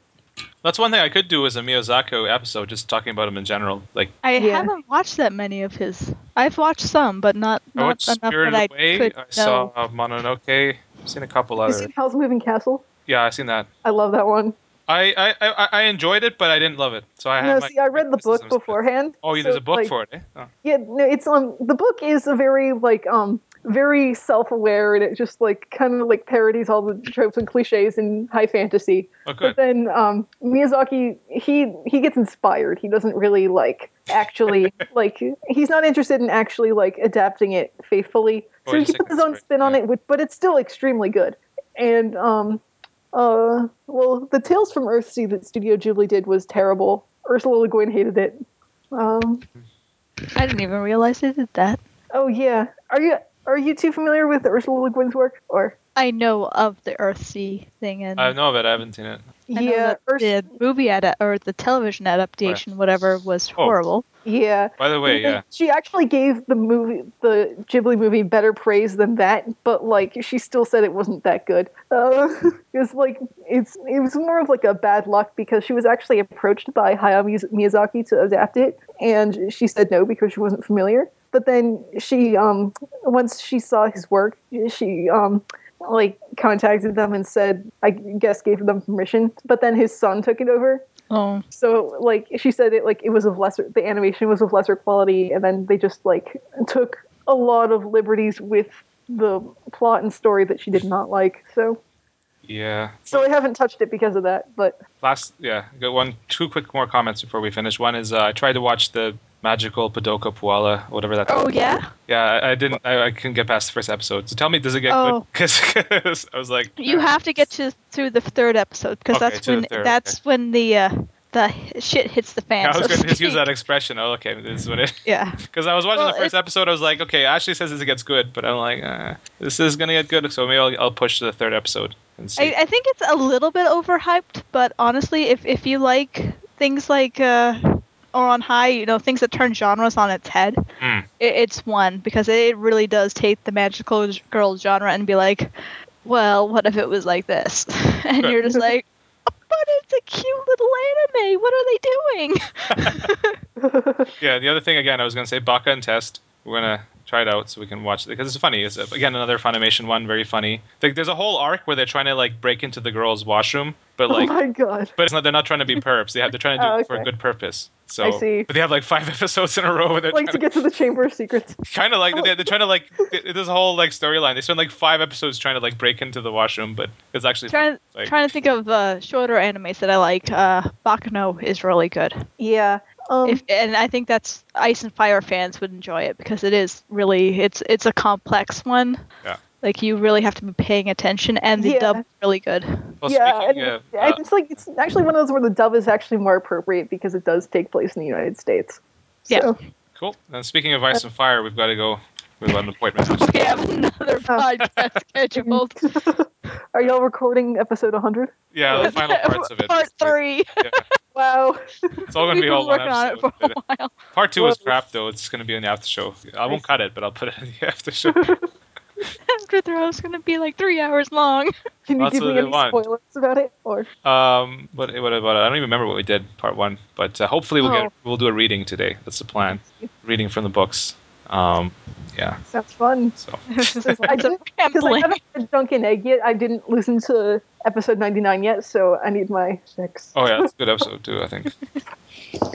Speaker 1: That's one thing I could do is a Miyazaki episode, just talking about him in general. Like
Speaker 3: I
Speaker 4: Yeah.
Speaker 3: haven't watched that many of his. I've watched some, but not
Speaker 1: I
Speaker 3: not
Speaker 1: watched
Speaker 3: enough
Speaker 1: Oh, Spirited
Speaker 3: that I
Speaker 1: Away.
Speaker 3: could
Speaker 1: I
Speaker 3: know.
Speaker 1: saw uh, Mononoke. I've seen a couple
Speaker 4: You
Speaker 1: others.
Speaker 4: seen Hell's Moving Castle?
Speaker 1: Yeah, I've seen that.
Speaker 4: I love that one.
Speaker 1: I, I, I, I enjoyed it, but I didn't love it. So I
Speaker 4: No,
Speaker 1: had my,
Speaker 4: see, I read the book
Speaker 1: criticisms, but-
Speaker 4: beforehand.
Speaker 1: Oh, yeah,
Speaker 4: so,
Speaker 1: there's a book
Speaker 4: like,
Speaker 1: for it. Eh? Oh.
Speaker 4: Yeah, no, it's um the book is a very like um very self-aware and it just like kind of like parodies all the tropes and cliches in high fantasy.
Speaker 1: Oh,
Speaker 4: But
Speaker 1: good.
Speaker 4: then um, Miyazaki, he he gets inspired. He doesn't really like actually like he's not interested in actually like adapting it faithfully.
Speaker 1: Or
Speaker 4: So he
Speaker 1: just
Speaker 4: puts
Speaker 1: taking
Speaker 4: his own
Speaker 1: inspiration,
Speaker 4: spin on
Speaker 1: yeah.
Speaker 4: it, which, but it's still extremely good. And um, uh, well, the Tales from Earthsea that Studio Ghibli did was terrible. Ursula Le Guin hated it. Um,
Speaker 3: I didn't even realize they did that.
Speaker 4: oh yeah, are you are you too familiar with Ursula Le Guin's work? Or
Speaker 3: I know of the Earthsea thing and
Speaker 1: I know of it. I haven't seen it.
Speaker 3: I know that
Speaker 4: Urs-
Speaker 1: Oh.
Speaker 3: the movie ad- or the television adaptation, whatever, was horrible.
Speaker 4: Yeah.
Speaker 1: By the way,
Speaker 4: They-
Speaker 1: yeah.
Speaker 4: She actually gave the movie, the Ghibli movie, better praise than that, but like she still said it wasn't that good. Uh, it's like it's it was more of like a bad luck because she was actually approached by Hayao Miz- Miyazaki to adapt it, and she said no because she wasn't familiar. But then she, um, once she saw his work, she um, like contacted them and said, I guess gave them permission. But then his son took it over,
Speaker 3: Oh.
Speaker 4: so like she said it like it was of lesser the animation was of lesser quality and then they just like took a lot of liberties with the plot and story that she did not like so
Speaker 1: Yeah.
Speaker 4: so i haven't touched it because of that but
Speaker 1: Last, yeah. Got one, two quick more comments before we finish. One is uh, I tried to watch the magical Padoka Puala, whatever that's.
Speaker 3: Oh yeah.
Speaker 1: Yeah, I, I didn't. I, I couldn't get past the first episode. So tell me, does it get
Speaker 3: Oh.
Speaker 1: good? Because I was like,
Speaker 3: You
Speaker 1: eh.
Speaker 3: have to get to through the third episode because
Speaker 1: Okay,
Speaker 3: that's
Speaker 1: to the
Speaker 3: when
Speaker 1: third,
Speaker 3: that's
Speaker 1: okay.
Speaker 3: when the uh, the shit hits the fan.
Speaker 1: I was
Speaker 3: so to
Speaker 1: going to just use
Speaker 3: speak.
Speaker 1: that expression. Oh, okay, this is what it.
Speaker 3: Yeah.
Speaker 1: Because I was watching
Speaker 3: Well,
Speaker 1: the first
Speaker 3: it-
Speaker 1: episode, I was like, okay, Ashley says this gets good, but I'm like, uh, this is gonna get good, so maybe I'll, I'll push to the third episode and see.
Speaker 3: I, I think it's a little bit overhyped, but honestly, if if you like things like uh, or on high, you know, things that turn genres on its head,
Speaker 1: Mm.
Speaker 3: it, it's one because it really does take the magical g- girl genre and be like, well, what if it was like this? and
Speaker 1: Right.
Speaker 3: you're just like, "Oh, but it's a cute little anime. What are they doing?
Speaker 1: yeah, the other thing again, I was gonna say Baka and Test. We're gonna try it out so we can watch it because it's funny. It's again another Funimation one, very funny. Like, there's a whole arc where they're trying to like break into the girls' washroom, but like,
Speaker 4: oh my god
Speaker 1: but it's not. They're not trying to be perps. They have. They're trying to do
Speaker 4: Oh,
Speaker 1: it for a
Speaker 4: okay.
Speaker 1: good purpose. So,
Speaker 4: I see.
Speaker 1: But they have like five episodes in a row where they're
Speaker 4: like to get to the chamber of secrets
Speaker 1: kind of like they, they're trying to like th- this whole like storyline. They spend like five episodes trying to like break into the washroom, but it's actually fun.
Speaker 3: trying
Speaker 1: Like-
Speaker 3: trying to think of uh, shorter animes that I like. Uh, Bakano is really good.
Speaker 4: yeah um
Speaker 3: if, and I think that's Ice and Fire fans would enjoy it because it is really it's it's a complex one.
Speaker 1: Yeah.
Speaker 3: Like you really have to be paying attention, and the
Speaker 4: Yeah.
Speaker 3: dub's really good.
Speaker 1: Well,
Speaker 4: yeah,
Speaker 1: speaking
Speaker 4: and
Speaker 1: of,
Speaker 4: and
Speaker 1: uh,
Speaker 4: it's like it's actually one of those where the dub is actually more appropriate because it does take place in the United States.
Speaker 3: Yeah.
Speaker 4: So,
Speaker 1: cool. And speaking of ice and fire, we've got to go. We've got an appointment. actually.
Speaker 3: We have
Speaker 4: Oh.
Speaker 3: another podcast scheduled.
Speaker 4: are y'all recording episode 100?
Speaker 1: Yeah, the final parts of it.
Speaker 3: Part three.
Speaker 4: Wow.
Speaker 1: It's all gonna
Speaker 3: We've
Speaker 1: be all
Speaker 3: been
Speaker 1: one
Speaker 3: working on it
Speaker 1: episode.
Speaker 3: for a while.
Speaker 1: Part two was
Speaker 4: Whoa.
Speaker 1: crap though. It's gonna be an after show. I won't cut it, but I'll put it in the after show.
Speaker 3: After Throw is gonna be like three hours long.
Speaker 4: Can you
Speaker 1: That's
Speaker 4: give
Speaker 1: what
Speaker 4: me
Speaker 1: they
Speaker 4: any
Speaker 1: want.
Speaker 4: spoilers about it? Or
Speaker 1: Um, what what about it? I don't even remember what we did part one, but uh, hopefully we'll get
Speaker 3: Oh.
Speaker 1: we'll do a reading today. That's the plan. Reading from the books. Um, yeah.
Speaker 4: sounds fun.
Speaker 1: So
Speaker 3: This is
Speaker 4: I
Speaker 3: lots of
Speaker 4: didn't- Because I
Speaker 3: rambling.
Speaker 4: haven't read Dunkin' Egg yet. I didn't listen to episode 99 yet, so I need my fix.
Speaker 1: oh yeah, it's a good episode too. I think.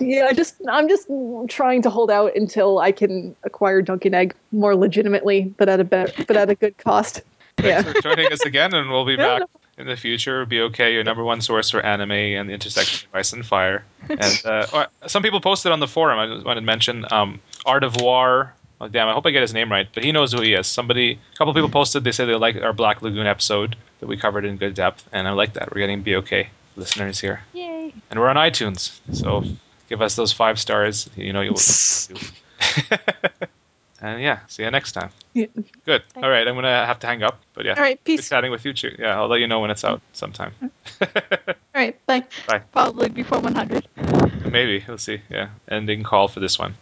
Speaker 4: Yeah, I just I'm just trying to hold out until I can acquire Dunkin' Egg more legitimately, but at a bet, but at a good cost.
Speaker 1: Thanks
Speaker 4: Yeah.
Speaker 1: for joining us again, and we'll be
Speaker 4: No,
Speaker 1: back in the future. Be okay, your number one source for anime and the intersection of ice and fire. And uh, or- some people posted on the forum. I just wanted to mention um, Art of War. Oh, damn, I hope I get his name right, but he knows who he is. Somebody, a couple
Speaker 4: Hmm.
Speaker 1: people posted. They say they like our Black Lagoon episode that we covered in good depth, and I like that. We're getting be okay listeners here,
Speaker 3: Yay.
Speaker 1: and we're on iTunes, so give us those five stars. You know you. and yeah, see you next time.
Speaker 4: Yeah.
Speaker 1: Good. All right, I'm gonna have to hang up, but yeah.
Speaker 4: All right,
Speaker 1: Good
Speaker 4: peace.
Speaker 1: chatting with you, too. Yeah, I'll let you know when it's out sometime.
Speaker 4: All right, bye.
Speaker 3: Probably before 100.
Speaker 1: Maybe. We'll see. Yeah. Ending call for this one.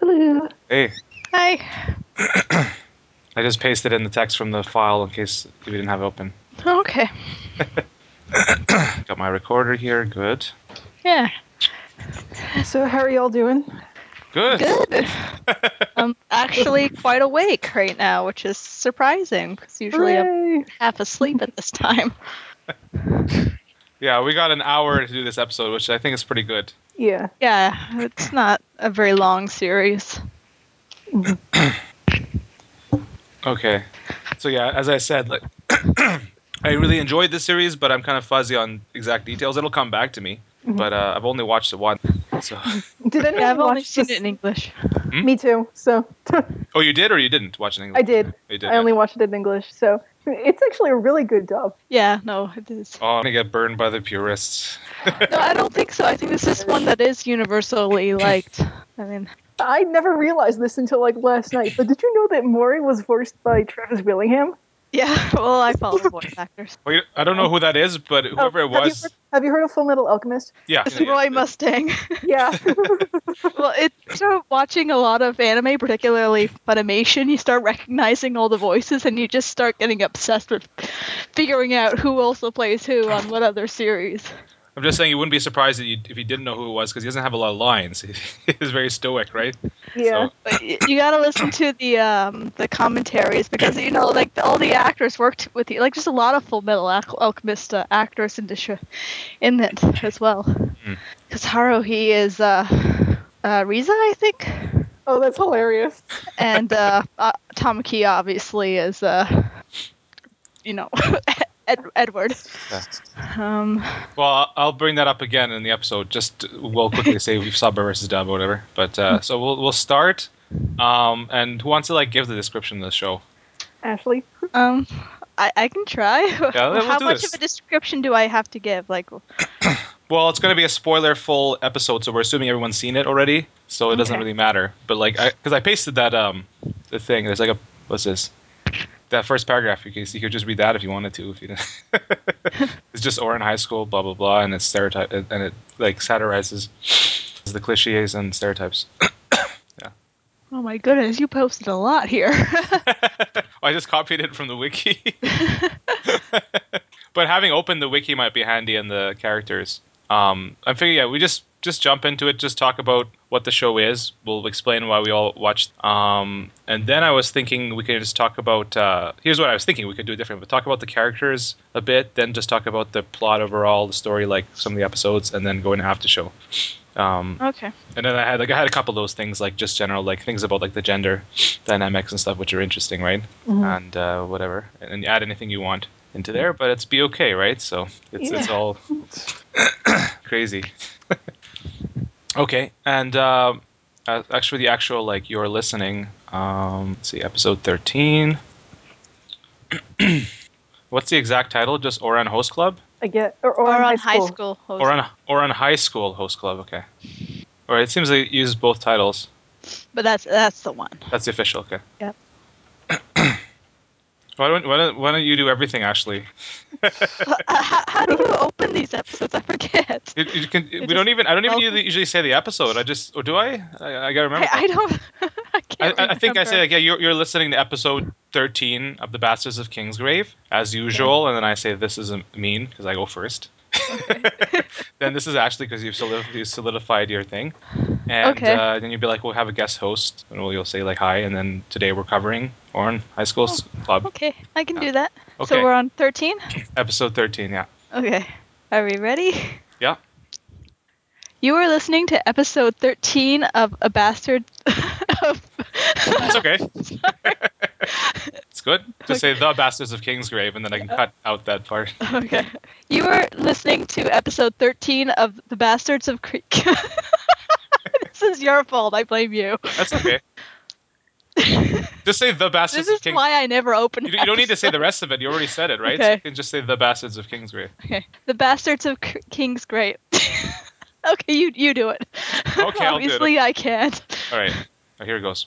Speaker 4: Hello.
Speaker 1: Hey,
Speaker 3: Hi.
Speaker 1: I just pasted in the text from the file in case we didn't have it open.
Speaker 3: Okay.
Speaker 1: Got my recorder here. Good.
Speaker 3: Yeah.
Speaker 4: So how are y'all doing?
Speaker 1: Good.
Speaker 3: Good. I'm actually quite awake right now, which is surprising because usually I'm
Speaker 4: Hooray.
Speaker 3: half asleep at this time.
Speaker 1: Yeah, we got an hour to do this episode, which I think is pretty good.
Speaker 4: Yeah.
Speaker 3: Yeah, it's not a very long series.
Speaker 1: Okay. So yeah, as I said, like I really enjoyed this series, but I'm kind of fuzzy on exact details. It'll come back to me.
Speaker 4: Mm-hmm.
Speaker 1: but uh, I've only watched it once. So,
Speaker 4: Did anyone
Speaker 3: Yeah, I've
Speaker 4: watch
Speaker 3: only seen
Speaker 4: this?
Speaker 3: it in English.
Speaker 1: Hmm?
Speaker 4: Me too. So
Speaker 1: oh, you did or you didn't watch it in English?
Speaker 4: I did.
Speaker 1: You did.
Speaker 4: I only watched it in English. So it's actually a really good dub.
Speaker 3: Yeah, no, it is.
Speaker 1: Oh, I'm gonna get burned by the purists.
Speaker 3: No, I don't think so. I think this is one that is universally liked. I mean,
Speaker 4: I never realized this until like last night. But did you know that Maury was voiced by Travis Willingham?
Speaker 3: yeah. Well, I follow voice actors.
Speaker 1: Wait, I don't know who that is, but whoever it
Speaker 4: Oh, have you
Speaker 1: was,
Speaker 4: heard- have you heard of Full Metal Alchemist?
Speaker 1: yeah,
Speaker 3: It's
Speaker 1: yeah,
Speaker 3: Roy
Speaker 1: yeah.
Speaker 3: Mustang.
Speaker 4: Yeah.
Speaker 3: well, it you start watching a lot of anime, particularly Funimation. You start recognizing all the voices, and you just start getting obsessed with figuring out who also plays who on what other series.
Speaker 1: I'm just saying you wouldn't be surprised that you, if you didn't know who it was because he doesn't have a lot of lines. He's very stoic, right?
Speaker 4: yeah.
Speaker 1: So-
Speaker 3: But y- you gotta listen to the um, the commentaries because you know like all the actors worked with you like just a lot of Full Metal Al- Alchemist uh, actors in the show, in it as well.
Speaker 1: Hmm.
Speaker 3: Because Haruhi is uh, uh, Riza, I think,
Speaker 4: Oh, that's hilarious.
Speaker 3: and uh, uh, Tamaki obviously is uh, you know Ed- Edward.
Speaker 1: Yeah.
Speaker 3: Um,
Speaker 1: Well, I'll- I'll bring that up again in the episode. Just to- we'll quickly say we've sub versus dub, or whatever. But uh, so we'll we'll start. Um, and who wants to like give the description of the show?
Speaker 4: Ashley.
Speaker 3: um, I, I can try.
Speaker 1: we'll
Speaker 3: How
Speaker 1: do
Speaker 3: much
Speaker 1: this.
Speaker 3: of a description do I have to give? Like, oh
Speaker 1: Well, it's going to be a spoiler-full episode, so we're assuming everyone's seen it already, so it doesn't
Speaker 3: Okay.
Speaker 1: really matter. But like, because I, pasted that um the thing. There's like a what's this? That first paragraph. You could you could just read that if you wanted to. If you didn't. it's just Orin High School, blah blah blah, and it's stereotype and it like satirizes the cliches and stereotypes.
Speaker 3: oh my goodness, you posted a lot here.
Speaker 1: I just copied it from the wiki. but having opened the wiki might be handy in the characters. Um, I figure yeah, we just just jump into it. Just talk about what the show is. We'll explain why we all watched. Um, and then I was thinking we could just talk about. Uh, here's what I was thinking we could do it different. But talk about the characters a bit, then just talk about the plot overall, the story, like some of the episodes, and then go into after show. Um,
Speaker 3: okay.
Speaker 1: and then I had like I had a couple of those things like just general like things about like the gender dynamics and stuff which are interesting, right?
Speaker 3: Mm-hmm.
Speaker 1: And uh, whatever, and, and add anything you want into there, but it's be okay, right? So it's it's
Speaker 3: Yeah.
Speaker 1: all crazy. okay, and um, uh, actually the actual like you're listening. Um, let's see, episode thirteen. What's the exact title? Just Oran Host Club?
Speaker 4: I get or, or,
Speaker 3: or
Speaker 4: on
Speaker 3: on
Speaker 4: high school.
Speaker 3: host.
Speaker 1: Oran Oran High School Host Club? Okay. All right. It seems they use both titles.
Speaker 3: but that's that's the one.
Speaker 1: That's the official, okay.
Speaker 3: Yep.
Speaker 1: why don't why don't why don't you do everything, Ashley?
Speaker 3: Uh, how, how do you open these episodes? I forget.
Speaker 1: You, you can, we
Speaker 3: just-
Speaker 1: don't even I don't even
Speaker 3: well-
Speaker 1: usually- usually say the episode. I just or do I? I, I gotta remember.
Speaker 3: I, I don't. I
Speaker 1: I,
Speaker 3: can't.
Speaker 1: I- I think I say
Speaker 3: remember.
Speaker 1: like yeah, you're, you're listening to episode thirteen of the Bastards of Kingsgrave as usual, and then I say this is a mean because I go first. then this is Ashley because you've, solid, you've solidified your thing, and
Speaker 3: Okay.
Speaker 1: uh, then you'd be like, we'll have a guest host, and we'll, you'll say like hi, and then today we're covering Orin High School s- Club
Speaker 3: Oh, Okay, I can do that.
Speaker 1: Okay.
Speaker 3: So we're on thirteen.
Speaker 1: episode thirteen. Yeah,
Speaker 3: Okay, are we ready?
Speaker 1: yeah.
Speaker 3: You are listening to episode thirteen of a bastard. of,
Speaker 1: It's okay. it's good. Just say the Bastards of Kingsgrave, and then I can cut out that part.
Speaker 3: okay, you are listening to episode thirteen of the bastards of Creek. this is your fault. I blame you.
Speaker 1: That's okay. just say the Bastards
Speaker 3: This is
Speaker 1: of Kingsgrave.
Speaker 3: why I never open.
Speaker 1: You, you don't need to say the rest of it. You already said it, right? So
Speaker 3: Okay.
Speaker 1: you can just say the Bastards of Kingsgrave.
Speaker 3: Okay. The Bastards of K- King's Great. okay, you you do it.
Speaker 1: I'll do it.
Speaker 3: Obviously, I can't.
Speaker 1: All right. All right, Here it goes.